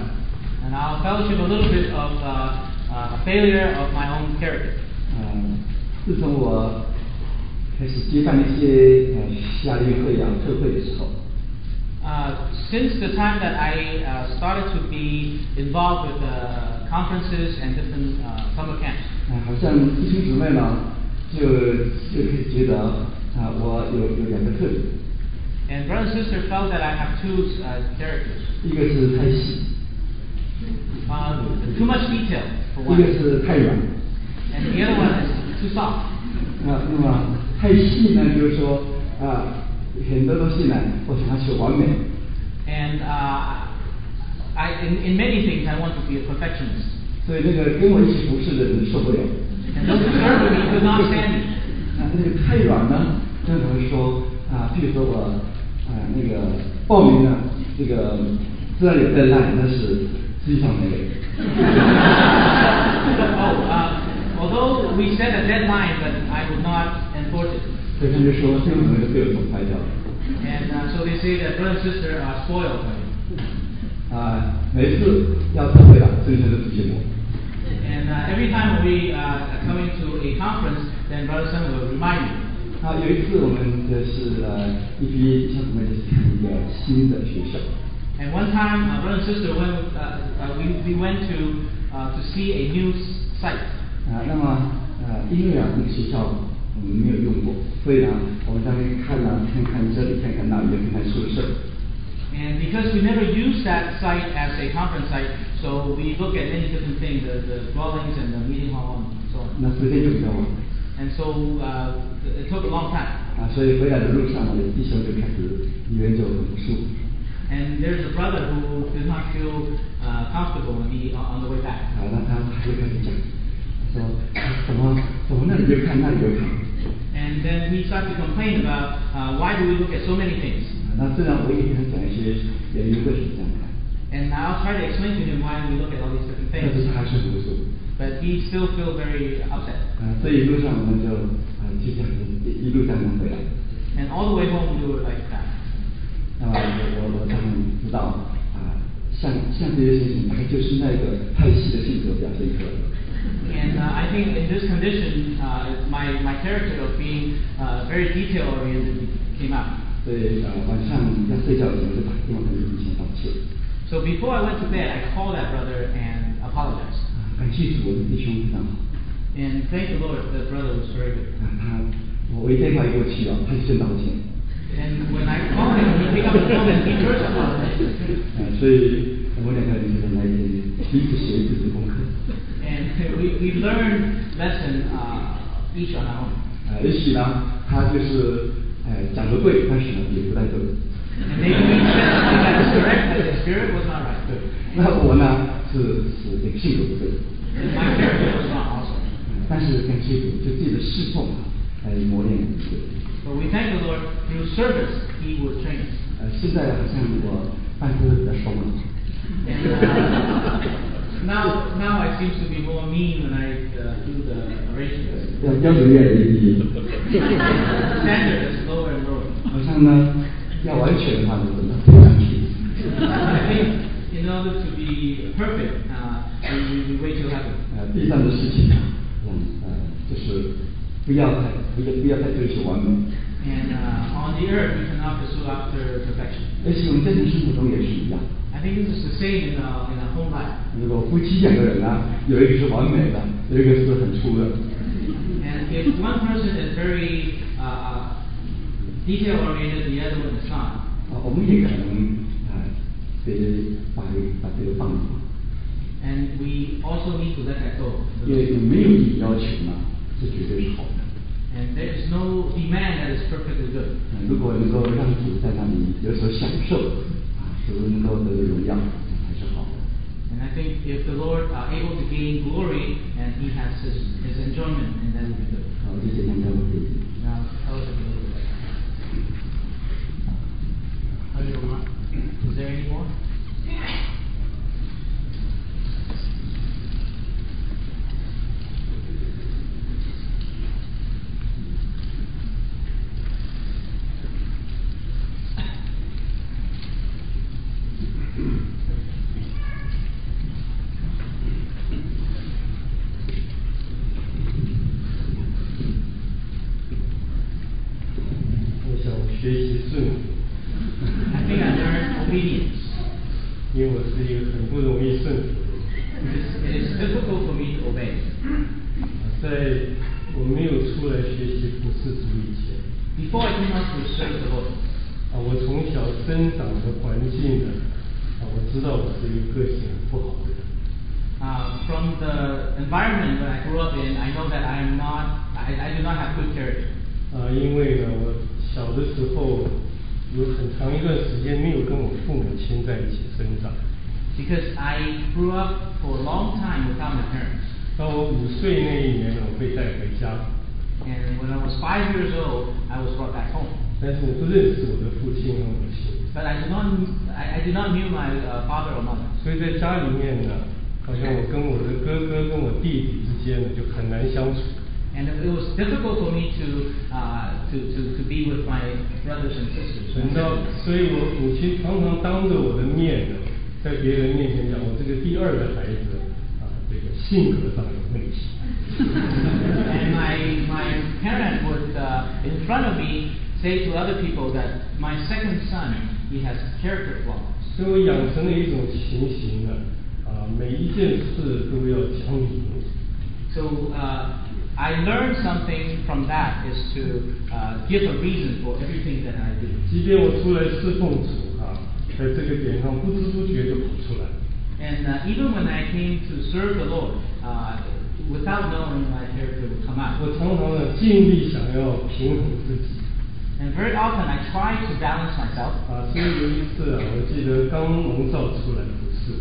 [SPEAKER 2] And I'll fellowship a little bit of uh, uh, failure of my own character.
[SPEAKER 4] 嗯，自从我开始接办一些呃夏令会啊、特会的时候，
[SPEAKER 2] Uh, since the time that I uh, started to be involved with uh, conferences and different uh, summer camps,
[SPEAKER 4] 啊、好像弟兄姊妹呢，就呃就会觉得啊、我有有两个特点，
[SPEAKER 2] and brother and sister felt that I have two uh, characters.
[SPEAKER 4] 一个是太细，
[SPEAKER 2] Uh, too much detail for
[SPEAKER 4] 一个
[SPEAKER 2] one,
[SPEAKER 4] 是太软。
[SPEAKER 2] and the other one is too soft.
[SPEAKER 4] 啊，那么太细呢，就是说啊、很多东西呢，我想要求完美。
[SPEAKER 2] And uh, I, in, in many things, I want to be a perfectionist.
[SPEAKER 4] 所以那个跟我一起服侍的人受不了。
[SPEAKER 2] And those who serve with me could not stand me.
[SPEAKER 4] 啊，那个太软呢，经常说啊，比如说我啊那个报名呢，这个虽然有 deadline，但是实际上没有。
[SPEAKER 2] Oh, uh, although we set a deadline, but I would not enforce it.
[SPEAKER 4] 所以他就说，这种可能就被我宠坏掉了。
[SPEAKER 2] And uh, so they say that brother and sister are spoiled by me.
[SPEAKER 4] 啊，每次要特会了，真正的主心魔。
[SPEAKER 2] And uh, every time we uh, are coming to a conference, then brother Sun will remind me.
[SPEAKER 4] 啊，有一次我们就是呃一批像我们就是看一个新的学校，
[SPEAKER 2] And one time, uh, brother and sister went. Uh, uh, we, we went to uh, to see a new s- site.
[SPEAKER 4] 啊，那么呃，因为啊，那个学校我们没有用过，所以呢，我们在那边看了看看这里，看看那里，又看看宿舍。
[SPEAKER 2] And because we never used that site as a conference site, so we look at many different things, the, the dwellings and the meeting hall and so on.
[SPEAKER 4] 那时间就比较晚
[SPEAKER 2] And so uh, it took a long time.
[SPEAKER 4] 啊，所以回来的路上，我的弟兄就开始一个人就很不舒服
[SPEAKER 2] And there's a brother who did not feel uh, comfortable when he, on on the way back.
[SPEAKER 4] 啊，那他他就开始讲，他说啊怎么怎么那里就看那里就看，啊
[SPEAKER 2] And then he started to complain about uh, why do we look at so many things.
[SPEAKER 4] 啊那虽然我也给他讲一些原因为什么这样看，
[SPEAKER 2] And I'll try to explain to him why we look at all these different
[SPEAKER 4] 但是
[SPEAKER 2] things.
[SPEAKER 4] 他还是很不舒服。
[SPEAKER 2] But he still feels very upset.
[SPEAKER 4] 啊，所以一路上我们就啊就这样一一路这样回来。
[SPEAKER 2] And all the way home, we were like that.
[SPEAKER 4] 那么我我我当然知道啊，像像这些事情，大概就是那个派系的性格表现出来的。
[SPEAKER 2] And uh, I think in this condition, uh, my, my character of being uh, very detail oriented came out.
[SPEAKER 4] 所以呃，晚上要睡觉的时候就打电话跟以前道歉，
[SPEAKER 2] So before I went to bed, I called that brother and apologized.
[SPEAKER 4] 啊感谢主，我的弟兄非常好
[SPEAKER 2] And thank the Lord, that brother was very good.
[SPEAKER 4] 啊，他我我一电话一过去啊，他就先道歉。
[SPEAKER 2] And when I call him, he pick up the phone and he curse about it.
[SPEAKER 4] 啊，所以我们两个人就是来彼此学彼此功课，
[SPEAKER 2] And [LAUGHS] we, we learn lesson uh, each on our own.
[SPEAKER 4] 啊，也许呢，他就是哎讲的对，但是呢也不带走。
[SPEAKER 2] And maybe we said something that was correct, but the spirit was not right.
[SPEAKER 4] 那我呢是是这个性格不对，
[SPEAKER 2] And my character was wrong also.
[SPEAKER 4] 但是感谢主，就自己的侍奉啊，来磨练我们自己。
[SPEAKER 2] But we thank the Lord through service, He will train us.
[SPEAKER 4] 呃，现在好像我办公比较松了，
[SPEAKER 2] And uh, now, now I seem to be more mean when I uh, do the arrangements.
[SPEAKER 4] 要标准越来越低，
[SPEAKER 2] The standard is lower and lower. [LAUGHS]
[SPEAKER 4] 好像呢要完全的话，我们非常去。
[SPEAKER 2] I think in order to be perfect, uh, we, we, we wait till heaven.
[SPEAKER 4] 呃，地上的事情啊，嗯呃，就是不要太不要不要太追求完美。
[SPEAKER 2] And uh, on the earth, we cannot pursue after perfection.
[SPEAKER 4] 而且我们家庭生活中也是一样，
[SPEAKER 2] I think this is the same in our, in our home life.
[SPEAKER 4] 如果夫妻呃两个人呢，有一个是完美的，有一个是很粗的，
[SPEAKER 2] And if one person is very uh, uh, detail oriented, the other one is not.
[SPEAKER 4] 啊，我们也可能啊，得把把这个放下，
[SPEAKER 2] And we also need to let that go.
[SPEAKER 4] 因为没有一要求呢，这绝对是好的。
[SPEAKER 2] And there is no demand that is perfectly good.
[SPEAKER 4] 嗯如果能够让主在那里有所享受，啊，主能够得着荣耀，才是好的。
[SPEAKER 2] And I think if the Lord are able to gain glory and He has His, his enjoyment, and that will be good.
[SPEAKER 4] 好，啊这简单的我可以。
[SPEAKER 2] Now tell us a little bit.
[SPEAKER 3] 还有吗？
[SPEAKER 2] Is there any more?
[SPEAKER 3] 我想学习顺服，
[SPEAKER 2] I think I learned obedience.
[SPEAKER 3] 因为我是一个很不容易顺服的人。
[SPEAKER 2] It is, it is difficult for me to obey.
[SPEAKER 3] 在我没有出来学习普世主义前，
[SPEAKER 2] Before I came out to serve the Lord,
[SPEAKER 3] 啊，我从小生长的环境呢，啊，我知道我是一个个性很不好的人，
[SPEAKER 2] uh, from the environment that I grew up in, I know that I am not, I, I do not have good character.
[SPEAKER 3] 啊，因为呢，我小的时候有很长一段时间没有跟我父母亲在一起生长。
[SPEAKER 2] Because I grew up for a long time without my parents.
[SPEAKER 3] 当我五岁那一年呢，我被带回家，
[SPEAKER 2] And when I was five years old, I was brought back home.
[SPEAKER 3] 但是我不认识我的父亲和母亲，
[SPEAKER 2] But I did not, I, I did not knew my uh, father or mother.
[SPEAKER 3] 所以在家里面呢，好像我跟我的哥哥跟我弟弟之间呢就很难相处。
[SPEAKER 2] And it, it was difficult for me to, uh, to, to, to be with my brothers and sisters.
[SPEAKER 3] 等到，所以我母亲常常当着我的面呢，在别人面前讲我这个第二个孩子啊，这个性格上有问题。
[SPEAKER 2] and my, my parent would, uh, in front of me, say to other people that my second son, he has character flaws.
[SPEAKER 3] 所以我养成了一种情形呢，啊，每一件事都要讲理。
[SPEAKER 2] So uh, I learned something from that is to uh, give a reason for everything that I do.
[SPEAKER 3] 即便我出来侍奉主啊，在这个点上不知不觉就跑出来。
[SPEAKER 2] And uh, even when I came to serve the Lord, uh, without knowing my character would come out.
[SPEAKER 3] 我常常呢尽力想要平衡自己
[SPEAKER 2] And very often I try to balance myself.
[SPEAKER 3] 啊，所以有一次啊，我记得刚蒙召出来服侍。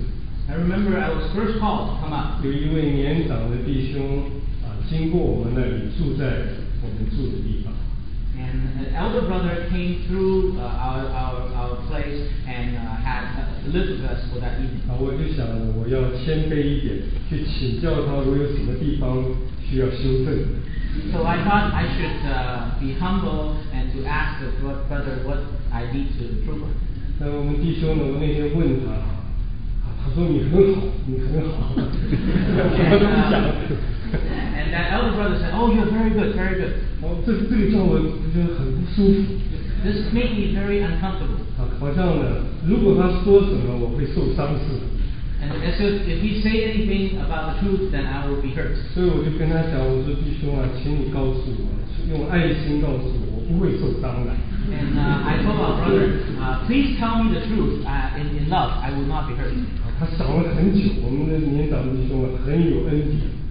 [SPEAKER 2] I remember I was first called to come out.
[SPEAKER 3] 有一位年长的弟兄啊，经过我们那里，住在我们住的地方。
[SPEAKER 2] And an elder brother came through uh, our, our, our place and uh, had uh, lived with us for that evening.
[SPEAKER 3] 啊，我就想着我要谦卑一点，去请教他，我有什么地方需要修正。
[SPEAKER 2] So I thought I should uh, be humble and to ask the bro- brother what I need to improve on.
[SPEAKER 3] 那我们弟兄呢，我那天问他，啊，他说你很好，你很好， [LAUGHS] 什么都不讲。
[SPEAKER 2] um, And that elder brother said, Oh, you're very good, very good.
[SPEAKER 3] 然哦后这个这个叫我觉得很不舒服。啊
[SPEAKER 2] This made me very uncomfortable.
[SPEAKER 3] 啊，好像呢，如果他说什么，我会受伤似的。
[SPEAKER 2] And as soon, if we say anything about the truth, then I will be hurt.
[SPEAKER 3] 所以我就跟他讲，我说弟兄啊，请你告诉我，用爱心告诉我，我不会受伤的。
[SPEAKER 2] And uh, I told our brother, uh, please tell me the truth. Uh, in, in love, I will not be hurt.
[SPEAKER 3] 啊他想了很久，我们的年长弟兄啊，很有恩典。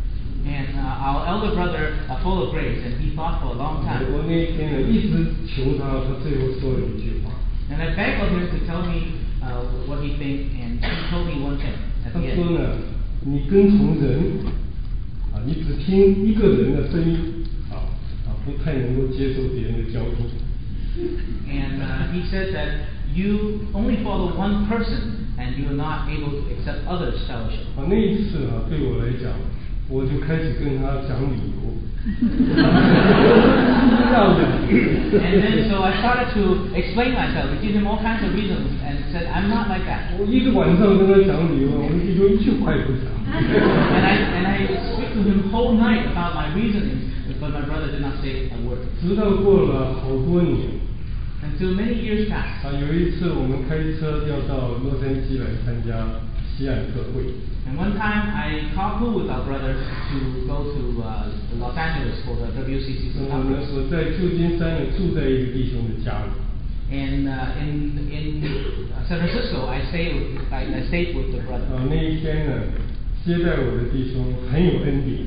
[SPEAKER 2] And uh, our elder brother, uh, full of grace, and he thought for a long
[SPEAKER 3] 我
[SPEAKER 2] time.
[SPEAKER 3] 那一天呢，一直求他，他最后说了一句话，
[SPEAKER 2] And I begged of him to tell me uh, what he thinks, and he told me one thing at
[SPEAKER 3] 他
[SPEAKER 2] the
[SPEAKER 3] 说
[SPEAKER 2] end.
[SPEAKER 3] 呢，你跟从人啊，你只听一个人的声音啊啊，不太能够接受别人的交通。
[SPEAKER 2] And uh, he said that you only follow one person, and you are not able to accept others' fellowship.
[SPEAKER 3] 啊，那一次啊，对我来讲，我就开始跟他讲理由。 [LAUGHS] 这样的，
[SPEAKER 2] And then so I started to explain myself. I gave him all kinds of reasons and said, I'm not like that.
[SPEAKER 3] 我一个晚上跟他讲理由，我们弟兄一句话也不讲。
[SPEAKER 2] And I, and I speak to him whole night about my reasonings, but my brother did not say a word.
[SPEAKER 3] 直到过了好多年，
[SPEAKER 2] Until many years passed.
[SPEAKER 3] 啊，有一次我们开车要到洛杉矶来参加西岸特会，
[SPEAKER 2] And one time I carpool with our brother to go to uh, Los Angeles for the WCCC
[SPEAKER 3] 我们
[SPEAKER 2] conference.
[SPEAKER 3] 我在旧金山呢住在一个弟兄的家里，
[SPEAKER 2] And uh, in, in uh, San Francisco, I stayed with, I, I stayed with the brother.
[SPEAKER 3] 啊，那一天呢接待我的弟兄很有恩典，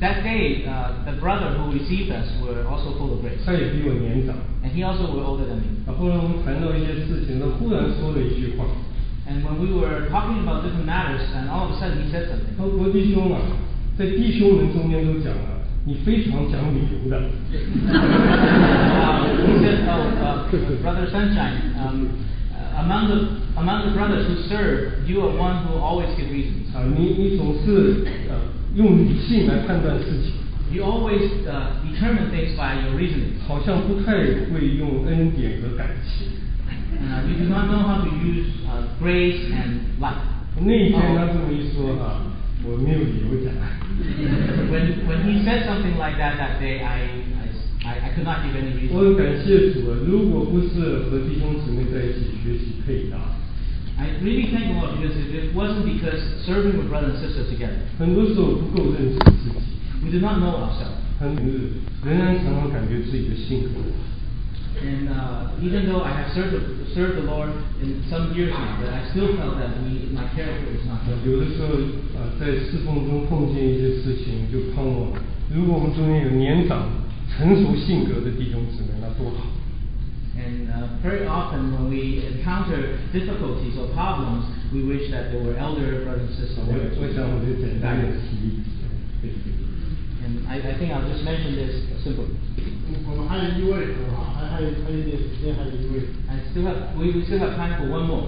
[SPEAKER 2] That day, uh, the brother who received us were also full of grace.
[SPEAKER 3] 他也比我年长。
[SPEAKER 2] And he also were older than me.
[SPEAKER 3] 啊，后来我们谈到一些事情，他忽然说了一句话，
[SPEAKER 2] And when we were talking about different matters, and all of a sudden he said something.
[SPEAKER 3] 他说：“国弟兄啊，在弟兄们中间都讲了，你非常讲理由的。
[SPEAKER 2] Um, he said, "Oh, uh, brother Sunshine, um, uh, among the among the brothers who serve, you are one who always give reasons.
[SPEAKER 3] 啊，你你总是啊用理性来判断事情，
[SPEAKER 2] You always uh, determine things by your reasoning.
[SPEAKER 3] 好像不太会用恩典和感情。
[SPEAKER 2] Uh, you do not know how to use uh, grace and life."
[SPEAKER 3] 那一天他这么一说啊，我没有理由讲。
[SPEAKER 2] [LAUGHS]
[SPEAKER 5] 嗯
[SPEAKER 2] When when he said something like that that day, I I, I could not give any
[SPEAKER 3] [LAUGHS] 我
[SPEAKER 2] reason.
[SPEAKER 3] 很感谢主啊！如果不是和弟兄姊妹在一起学习配搭，
[SPEAKER 2] I really thank the Lord because if it wasn't because serving with brother and sister together,
[SPEAKER 3] 很多时候不够认识自己，
[SPEAKER 2] we do not know ourselves.
[SPEAKER 3] 很仍然常常感觉自己的性格。
[SPEAKER 2] And uh, even though I have served the, served the Lord in some years now, but I still felt that we, my character is not good.
[SPEAKER 3] 呃有的时候啊、在侍奉中碰见一些事情，就盼望，如果我们中间有年长、成熟性格的弟兄姊妹，那多好！
[SPEAKER 2] And uh, very often when we encounter difficulties or problems, we wish that there were elder brothers and
[SPEAKER 3] 我我
[SPEAKER 2] sisters.
[SPEAKER 3] 想我就简单的提一提。对
[SPEAKER 2] And I, I think I'll just mention this simply.
[SPEAKER 1] 我们还有一位，好不好？还还有还有一点时间，还有一位。
[SPEAKER 2] I still have, we, we still have time for one more.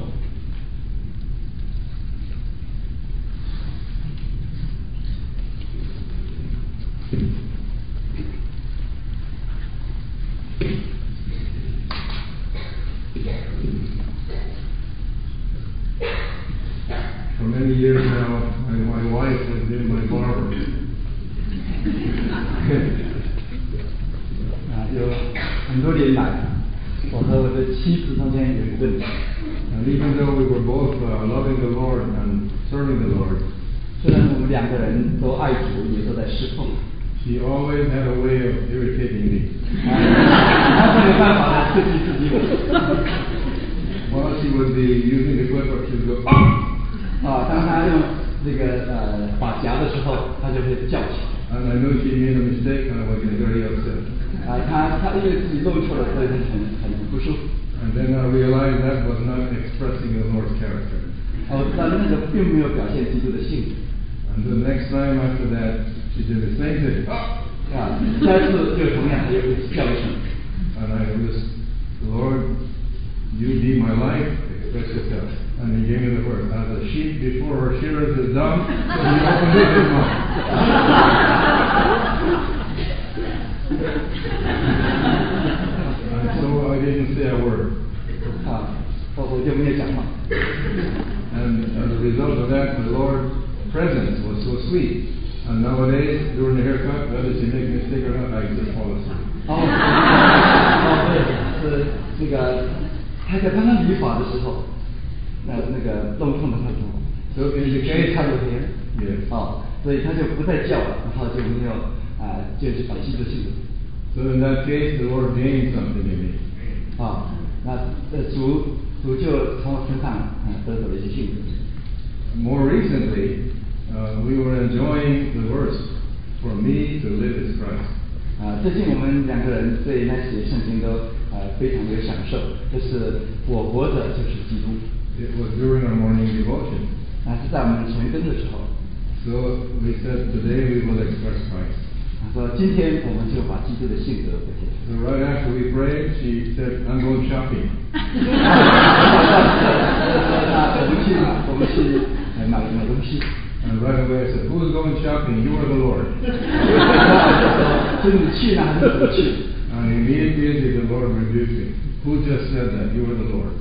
[SPEAKER 5] For many years now, my, my wife has been my barber. and
[SPEAKER 4] 啊，有很多年来，我和我的妻子中间有一个问题，
[SPEAKER 5] even though we were both uh, loving the Lord and serving the Lord,
[SPEAKER 4] 虽然我们两个人都爱主，也都在侍奉，
[SPEAKER 5] she always had a way of irritating me.
[SPEAKER 4] 啊，她没有办法来刺激自己我。
[SPEAKER 5] While she would be using the clipper, she would go, ah!
[SPEAKER 4] 啊，当她用这个呃发夹的时候，她就会叫起
[SPEAKER 5] And I knew she made a mistake and I was getting very upset.
[SPEAKER 4] 来。啊，她她因为自己弄错了，所以她很很不舒服。
[SPEAKER 5] And then I realized that was not expressing the Lord's character.
[SPEAKER 4] 啊，我知道那个并没有表现基督的性格
[SPEAKER 5] And the next time after that, she did the same thing. "Ah!"
[SPEAKER 4] 啊，下一次就同样她又会叫一声。
[SPEAKER 5] And I was, Lord, you be my life, express yourself. And he gave me the word, as a sheep before her shearers is dumb, so he opened up his mouth. [LAUGHS]
[SPEAKER 4] 啊
[SPEAKER 5] And so I didn't say a word.
[SPEAKER 4] 啊，我我就没有讲话。
[SPEAKER 5] And as a result of that, the Lord's presence was so sweet. And nowadays, during the haircut, whether she make a mistake or not, I just follow through.
[SPEAKER 4] 哦，哦对，是那个他在帮他理发的时候，那那个弄痛了他头，
[SPEAKER 5] So in the
[SPEAKER 4] 因为
[SPEAKER 5] case
[SPEAKER 4] 看不明
[SPEAKER 5] Yes.
[SPEAKER 4] 啊，所以他就不再叫了，然后就没有啊，就是把基督信了
[SPEAKER 5] so in that case, the Lord gained something in me.
[SPEAKER 4] 啊。那呃主主就从我身上啊得到了一些幸福
[SPEAKER 5] More recently, uh, we were enjoying the verse, "For me to live is Christ."
[SPEAKER 4] 啊。最近我们两个人对那些圣经都啊非常的有享受，就是我活着就是基督
[SPEAKER 5] It was during our morning devotion.
[SPEAKER 4] 啊，是在我们晨更的时候，
[SPEAKER 5] So we said today we will express Christ.
[SPEAKER 4] 他说今天我们就把基督的性格表现出来。
[SPEAKER 5] So right after we prayed, she said, "I'm going shopping."
[SPEAKER 4] [LAUGHS] 那我们去买，我们去呃买买东西。
[SPEAKER 5] And right away I said, "Who's going shopping? You are the Lord."
[SPEAKER 4] 是你去呢还是不去？ [LAUGHS]
[SPEAKER 5] And immediately the Lord rebuked me. Who just said that? You are the Lord.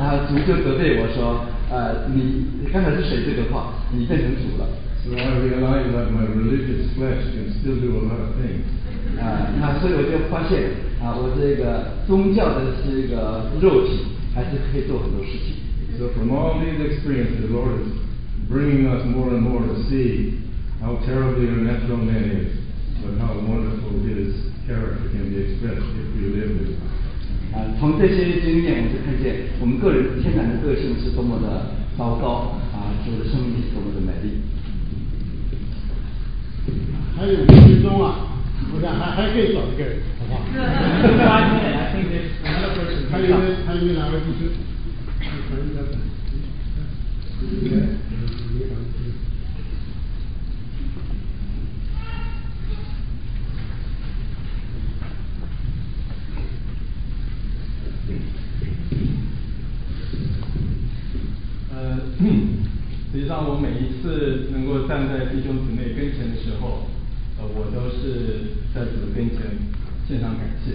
[SPEAKER 4] 啊，主就责备我说，呃，你刚才是谁这个话？你变成主了。
[SPEAKER 5] So I realized that my religious flesh can still do a lot of things.
[SPEAKER 4] 啊、那所以我就发现啊、我这个宗教的这个肉体还是可以做很多事情。
[SPEAKER 5] So from all these experiences, the Lord is bringing us more and more to see how terribly our natural man is, but how wonderful His character can be expressed if we live with Him.
[SPEAKER 4] 啊、从这些经验，我就看见我们个人天然的个性是多么的糟糕啊，主的生命是多么的美丽。
[SPEAKER 1] 还有一分钟啊，我想还还可以找一个人，好不好？
[SPEAKER 2] Five minutes. I think there's another person.
[SPEAKER 1] 还有
[SPEAKER 2] who's
[SPEAKER 1] 一
[SPEAKER 2] up.
[SPEAKER 1] 位，还有一位哪位弟兄？
[SPEAKER 3] 呃，实际上我每一次能够站在弟兄姊妹跟前的时候，呃，我都是在主的跟前献上感谢。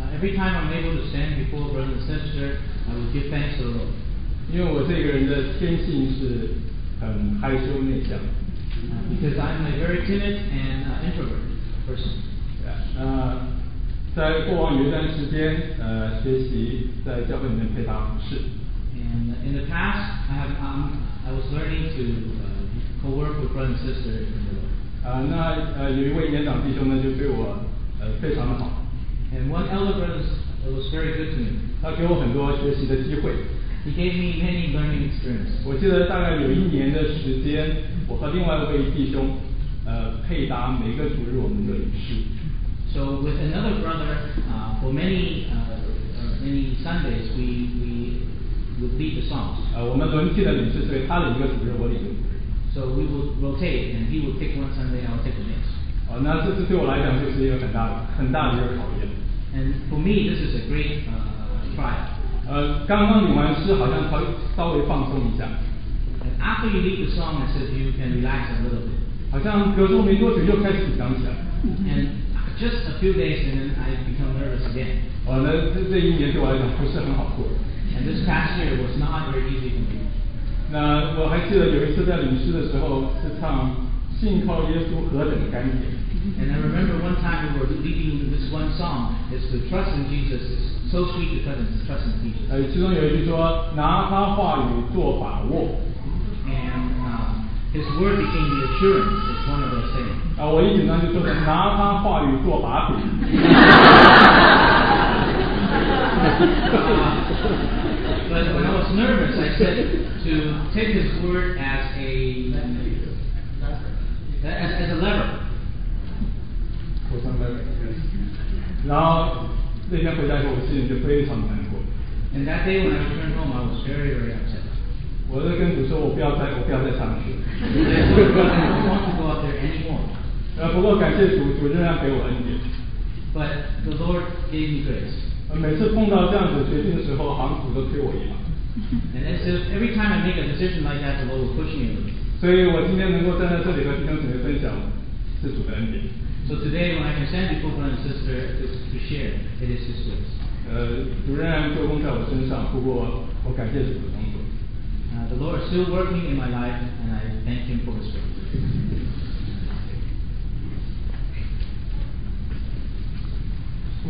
[SPEAKER 2] Uh, every time I'm able to stand before brother and sister, I will give thanks to the Lord.
[SPEAKER 3] 因为我这个人的天性是很害羞内向，
[SPEAKER 2] Uh, because I'm a very timid and uh, introvert person.
[SPEAKER 3] 呃，在过往有一段时间，呃，学习在教会里面配搭服饰，
[SPEAKER 2] And in the past, I have um, I was learning to uh, co-work with brother and sister in the Lord.
[SPEAKER 3] 啊、那呃有一位年长弟兄呢就对我呃非常的好，
[SPEAKER 2] And one elder brother was very good to me.
[SPEAKER 3] 他给我很多学习的机会。
[SPEAKER 2] He gave me many learning experiences.
[SPEAKER 3] 我记得大概有一年的时间，我和另外一位弟兄，呃，配搭每个主日我们的仪式。
[SPEAKER 2] So with another brother, uh, for many uh, uh, many Sundays, we we would lead the songs.
[SPEAKER 3] 呃，我们轮替的领事，所以他领一个主日，我领一个主日。
[SPEAKER 2] So we would rotate, and he would pick one Sunday, I would take the next.
[SPEAKER 3] 哦、那这次对我来讲就是一个很大的、很大的一个考验。
[SPEAKER 2] And for me, this is a great uh, trial.
[SPEAKER 3] 呃，刚刚领完诗，好像稍稍微放松一下，
[SPEAKER 2] And after you lead the song, I said you can relax a little bit.
[SPEAKER 3] 好像隔周没多久又开始紧张起来。
[SPEAKER 2] And just a few days, and then I become nervous again.
[SPEAKER 3] 哦、那这这一年对我来讲不是很好过。
[SPEAKER 2] And this past year was not very easy for me.
[SPEAKER 3] 那我还记得有一次在领诗的时候是唱“信靠耶稣何等甘甜”。
[SPEAKER 2] And I remember one time we were leading this one song. It's to trust in Jesus. It's so sweet to trust in, trust in Jesus.
[SPEAKER 3] 呃，其中有一句说：“拿他话语做把握。
[SPEAKER 2] And um, his word became the assurance. It's one of those things. ”
[SPEAKER 3] 啊，我一紧张就说成拿他话语做把柄。
[SPEAKER 2] But when I was nervous, I said to take his word as a as, as a lever.
[SPEAKER 3] 我上班。然后那天回家以后，我心里就非常难过。
[SPEAKER 2] And that day when I returned home, I was very very upset.
[SPEAKER 3] 我就跟主说，我不要再，我不要再上学。
[SPEAKER 2] I told God, I don't want to go out there anymore.
[SPEAKER 3] 呃，不过感谢主，主仍然给我恩典。
[SPEAKER 2] But the Lord gave me grace.
[SPEAKER 3] 呃每次碰到这样子决定的时候，好像主都推我一把。
[SPEAKER 2] And as if every time I make a decision like that, the Lord will push me a little.
[SPEAKER 3] 所以我今天能够站在这里和弟兄姊妹分享，是主的恩典。
[SPEAKER 2] So today, when I can stand before brother and sister to, to share, it is His grace.
[SPEAKER 3] 呃，主仍然做工在我身上，不过我感谢主的工作。
[SPEAKER 2] Uh, the Lord is still working in my life, and I thank Him for His grace.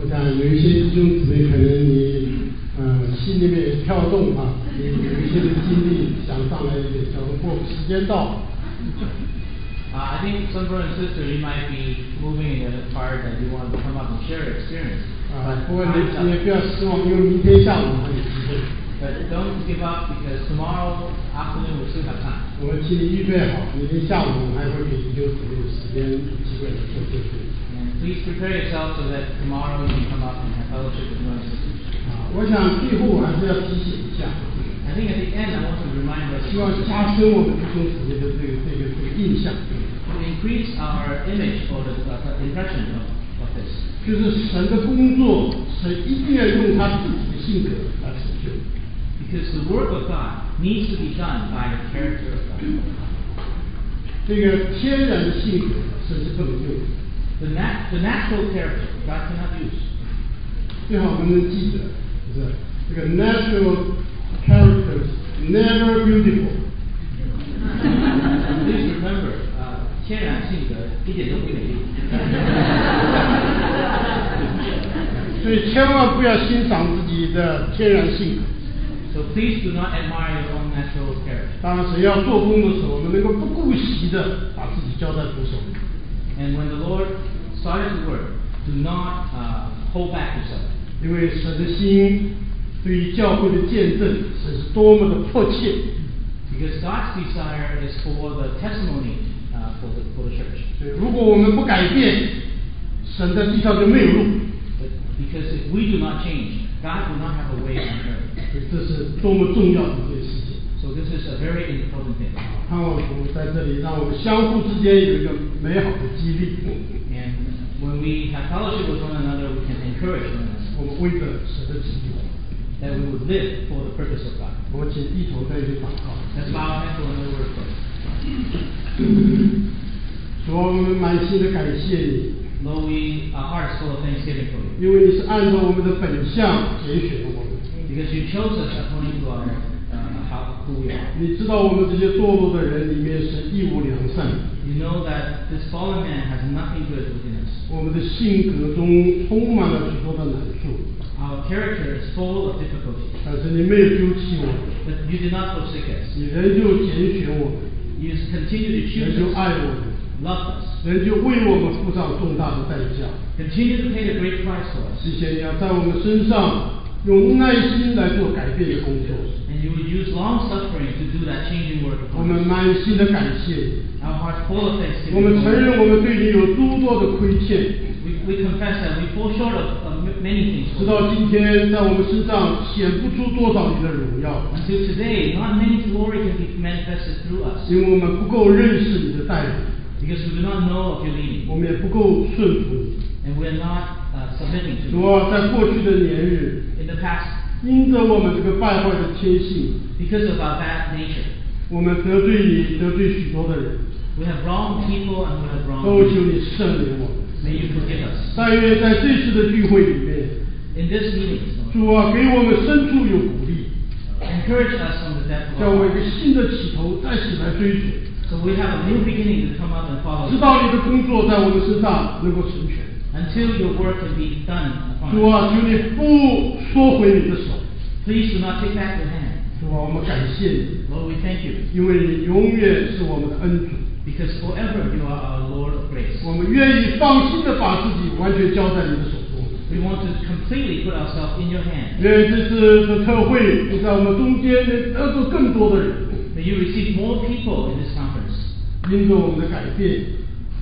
[SPEAKER 1] 我想有一些弟兄姊妹可能你呃心里面跳动啊，有有一些的经历想上来一点，假如过时间到，
[SPEAKER 2] Uh, I think some brothers and sisters, you might be moving in a part that you want to come up and share your experience.
[SPEAKER 1] 啊，
[SPEAKER 2] But,
[SPEAKER 1] 不过你你也不
[SPEAKER 2] time's up.
[SPEAKER 1] 要失望，因为明天下午还有机会，
[SPEAKER 2] but don't give up because tomorrow afternoon we still have time.
[SPEAKER 1] 我们请你预备好，明天下午我们还会给弟兄姊妹有时间有机会来做见证。
[SPEAKER 2] And please prepare yourself so that tomorrow you can come up and have fellowship with brothers and sisters.
[SPEAKER 1] 啊，我想最后我还是要提醒一下，
[SPEAKER 2] I think at the end I want to remind brothers
[SPEAKER 1] 希望
[SPEAKER 2] and sisters
[SPEAKER 1] 加深我们弟兄姊妹的这个这个这个印象，
[SPEAKER 2] to increase our image or the, uh, the impression of, of this.
[SPEAKER 1] 就是神的工作，神一定要用他自己的性格来成就。
[SPEAKER 2] Because the work of God needs to be done by the character of God.
[SPEAKER 1] 这个天然的性格，神是不能用的。
[SPEAKER 2] The, nat- the natural character God cannot use.
[SPEAKER 1] 最好我们能记得，就是这个 natural characters never beautiful。
[SPEAKER 2] Please remember, uh, 天然性格一点都不美丽，
[SPEAKER 1] 所以千万不要欣赏自己的天然性格。
[SPEAKER 2] so please do not admire your own natural character.
[SPEAKER 1] 当然，神要做工的时候，我们能够不顾惜的把自己交在主手里。
[SPEAKER 2] And when the Lord started the work, do not uh, hold back yourself.
[SPEAKER 1] 因为神的心对于教会的见证，神是多么的迫切。
[SPEAKER 2] Because God's desire is for the testimony uh, for, the, for the church.
[SPEAKER 1] 所以，如果我们不改变，神在地上就没有路。
[SPEAKER 2] But because if we do not change, God will not have a way on earth.
[SPEAKER 1] 所以这是多么重要的一件事情。
[SPEAKER 2] So this is a very important thing.
[SPEAKER 1] 盼望主在这里，让我们相互之间有一个美好的激励，
[SPEAKER 2] And when we have fellowship with one another, we can encourage one another
[SPEAKER 1] 我们为着神的旨意，
[SPEAKER 2] that we would live for the purpose of God.
[SPEAKER 1] 我们请低头在一起祷告。
[SPEAKER 2] Let's bow our heads for another word first.
[SPEAKER 1] 主啊，我们满心的感谢你，
[SPEAKER 2] Lord, we our hearts full of thanksgiving for you
[SPEAKER 1] 因为你是按照我们的本相拣选我们，
[SPEAKER 2] because you chose us according to our uh, how who we are.
[SPEAKER 1] 你知道我们这些堕落的人里面是一无良善，
[SPEAKER 2] You know that this fallen man has nothing good within us.
[SPEAKER 1] 我们的性格中充满了许多的难处，
[SPEAKER 2] Our character is full of difficulties,
[SPEAKER 1] 但是你没有丢弃我们，
[SPEAKER 2] but you did not forsake us.
[SPEAKER 1] 你仍旧拣选我们，
[SPEAKER 2] You continue to
[SPEAKER 1] 仍
[SPEAKER 2] choose
[SPEAKER 1] 旧
[SPEAKER 2] us,
[SPEAKER 1] 爱我们，
[SPEAKER 2] love us,
[SPEAKER 1] 仍旧为我们付上重大的代价。
[SPEAKER 2] continue to pay the great price for us,
[SPEAKER 1] 之前要在我们身上用耐心来做改变的工作。
[SPEAKER 2] and you will use long suffering to do that changing work
[SPEAKER 1] 我们
[SPEAKER 2] upon us.
[SPEAKER 1] 满心的感谢你，
[SPEAKER 2] Our hearts full
[SPEAKER 1] 我
[SPEAKER 2] of thanksgiving.
[SPEAKER 1] 们
[SPEAKER 2] for
[SPEAKER 1] 承
[SPEAKER 2] you.
[SPEAKER 1] 认我们对你有诸多的亏欠，
[SPEAKER 2] We, we confess that we fall short of, of ma- many things.
[SPEAKER 1] 直
[SPEAKER 2] for you.
[SPEAKER 1] 到今天在我们身上显不出多少你的荣耀，
[SPEAKER 2] Until today, not many glory can be manifested through us
[SPEAKER 1] 因为我们不够认识你的带领，
[SPEAKER 2] because we do not know of your leading
[SPEAKER 1] 我们也不够顺服你。
[SPEAKER 2] and we are not uh, submitting to
[SPEAKER 1] 主
[SPEAKER 2] you
[SPEAKER 1] 啊，在过去的年日，
[SPEAKER 2] in the past
[SPEAKER 1] 因着我们这个败坏的天性，
[SPEAKER 2] because of our bad nature.
[SPEAKER 1] 我们得罪你，得罪许多的人，
[SPEAKER 2] We have wronged people and we have
[SPEAKER 1] 都
[SPEAKER 2] wronged
[SPEAKER 1] 求
[SPEAKER 2] you.
[SPEAKER 1] 你赦免我们。
[SPEAKER 2] May you forgive us.
[SPEAKER 1] 但愿在这次的聚会里面，
[SPEAKER 2] In this meeting, Lord,
[SPEAKER 1] 主啊，给我们深处有鼓励。
[SPEAKER 2] encourage us from the depth of
[SPEAKER 1] 叫
[SPEAKER 2] our
[SPEAKER 1] 我一个
[SPEAKER 2] hearts
[SPEAKER 1] 新的起头再起来追逐，
[SPEAKER 2] so we have a new beginning to come up and follow
[SPEAKER 1] 直
[SPEAKER 2] you
[SPEAKER 1] 到你的工作在我们身上能够成全。
[SPEAKER 2] until your work can be done upon
[SPEAKER 1] 主
[SPEAKER 2] us.
[SPEAKER 1] 啊，求你不缩回你的手。
[SPEAKER 2] Please do not take back your hand.
[SPEAKER 1] 主啊，我们感谢你，
[SPEAKER 2] Lord, we thank you
[SPEAKER 1] 因为你永远是我们的恩主。
[SPEAKER 2] because forever you are our Lord of grace.
[SPEAKER 1] 我们愿意放心的把自己完全交在你的手中。
[SPEAKER 2] We want to completely put ourselves in your hand.
[SPEAKER 1] 愿这次的特会，你在我们中间能得着更多的人，
[SPEAKER 2] May you receive more people in this conference
[SPEAKER 1] 因着我们的改变，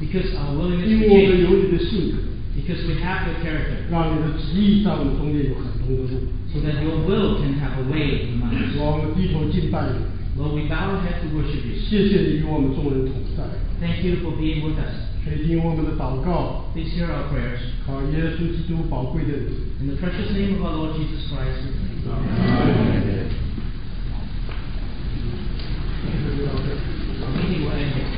[SPEAKER 2] because our willingness
[SPEAKER 1] 因
[SPEAKER 2] to
[SPEAKER 1] 为我们
[SPEAKER 2] change,
[SPEAKER 1] 有你的性格，
[SPEAKER 2] because we have your character,
[SPEAKER 1] 让你的旨意在我们中间有很通的路。
[SPEAKER 2] so that your will can have a way in mind.
[SPEAKER 1] 主啊，我们低头敬拜你，
[SPEAKER 2] Lord, we bow our head to worship you.
[SPEAKER 1] 谢谢你与我们众人同在。
[SPEAKER 2] Thank you for being with us.
[SPEAKER 1] 垂听我们的祷告，
[SPEAKER 2] Please hear our prayers.
[SPEAKER 1] 靠耶稣基督宝贵的名。
[SPEAKER 2] In the precious name of our Lord Jesus Christ, we pray.
[SPEAKER 1] 这个就到这儿
[SPEAKER 2] Our meeting will end here.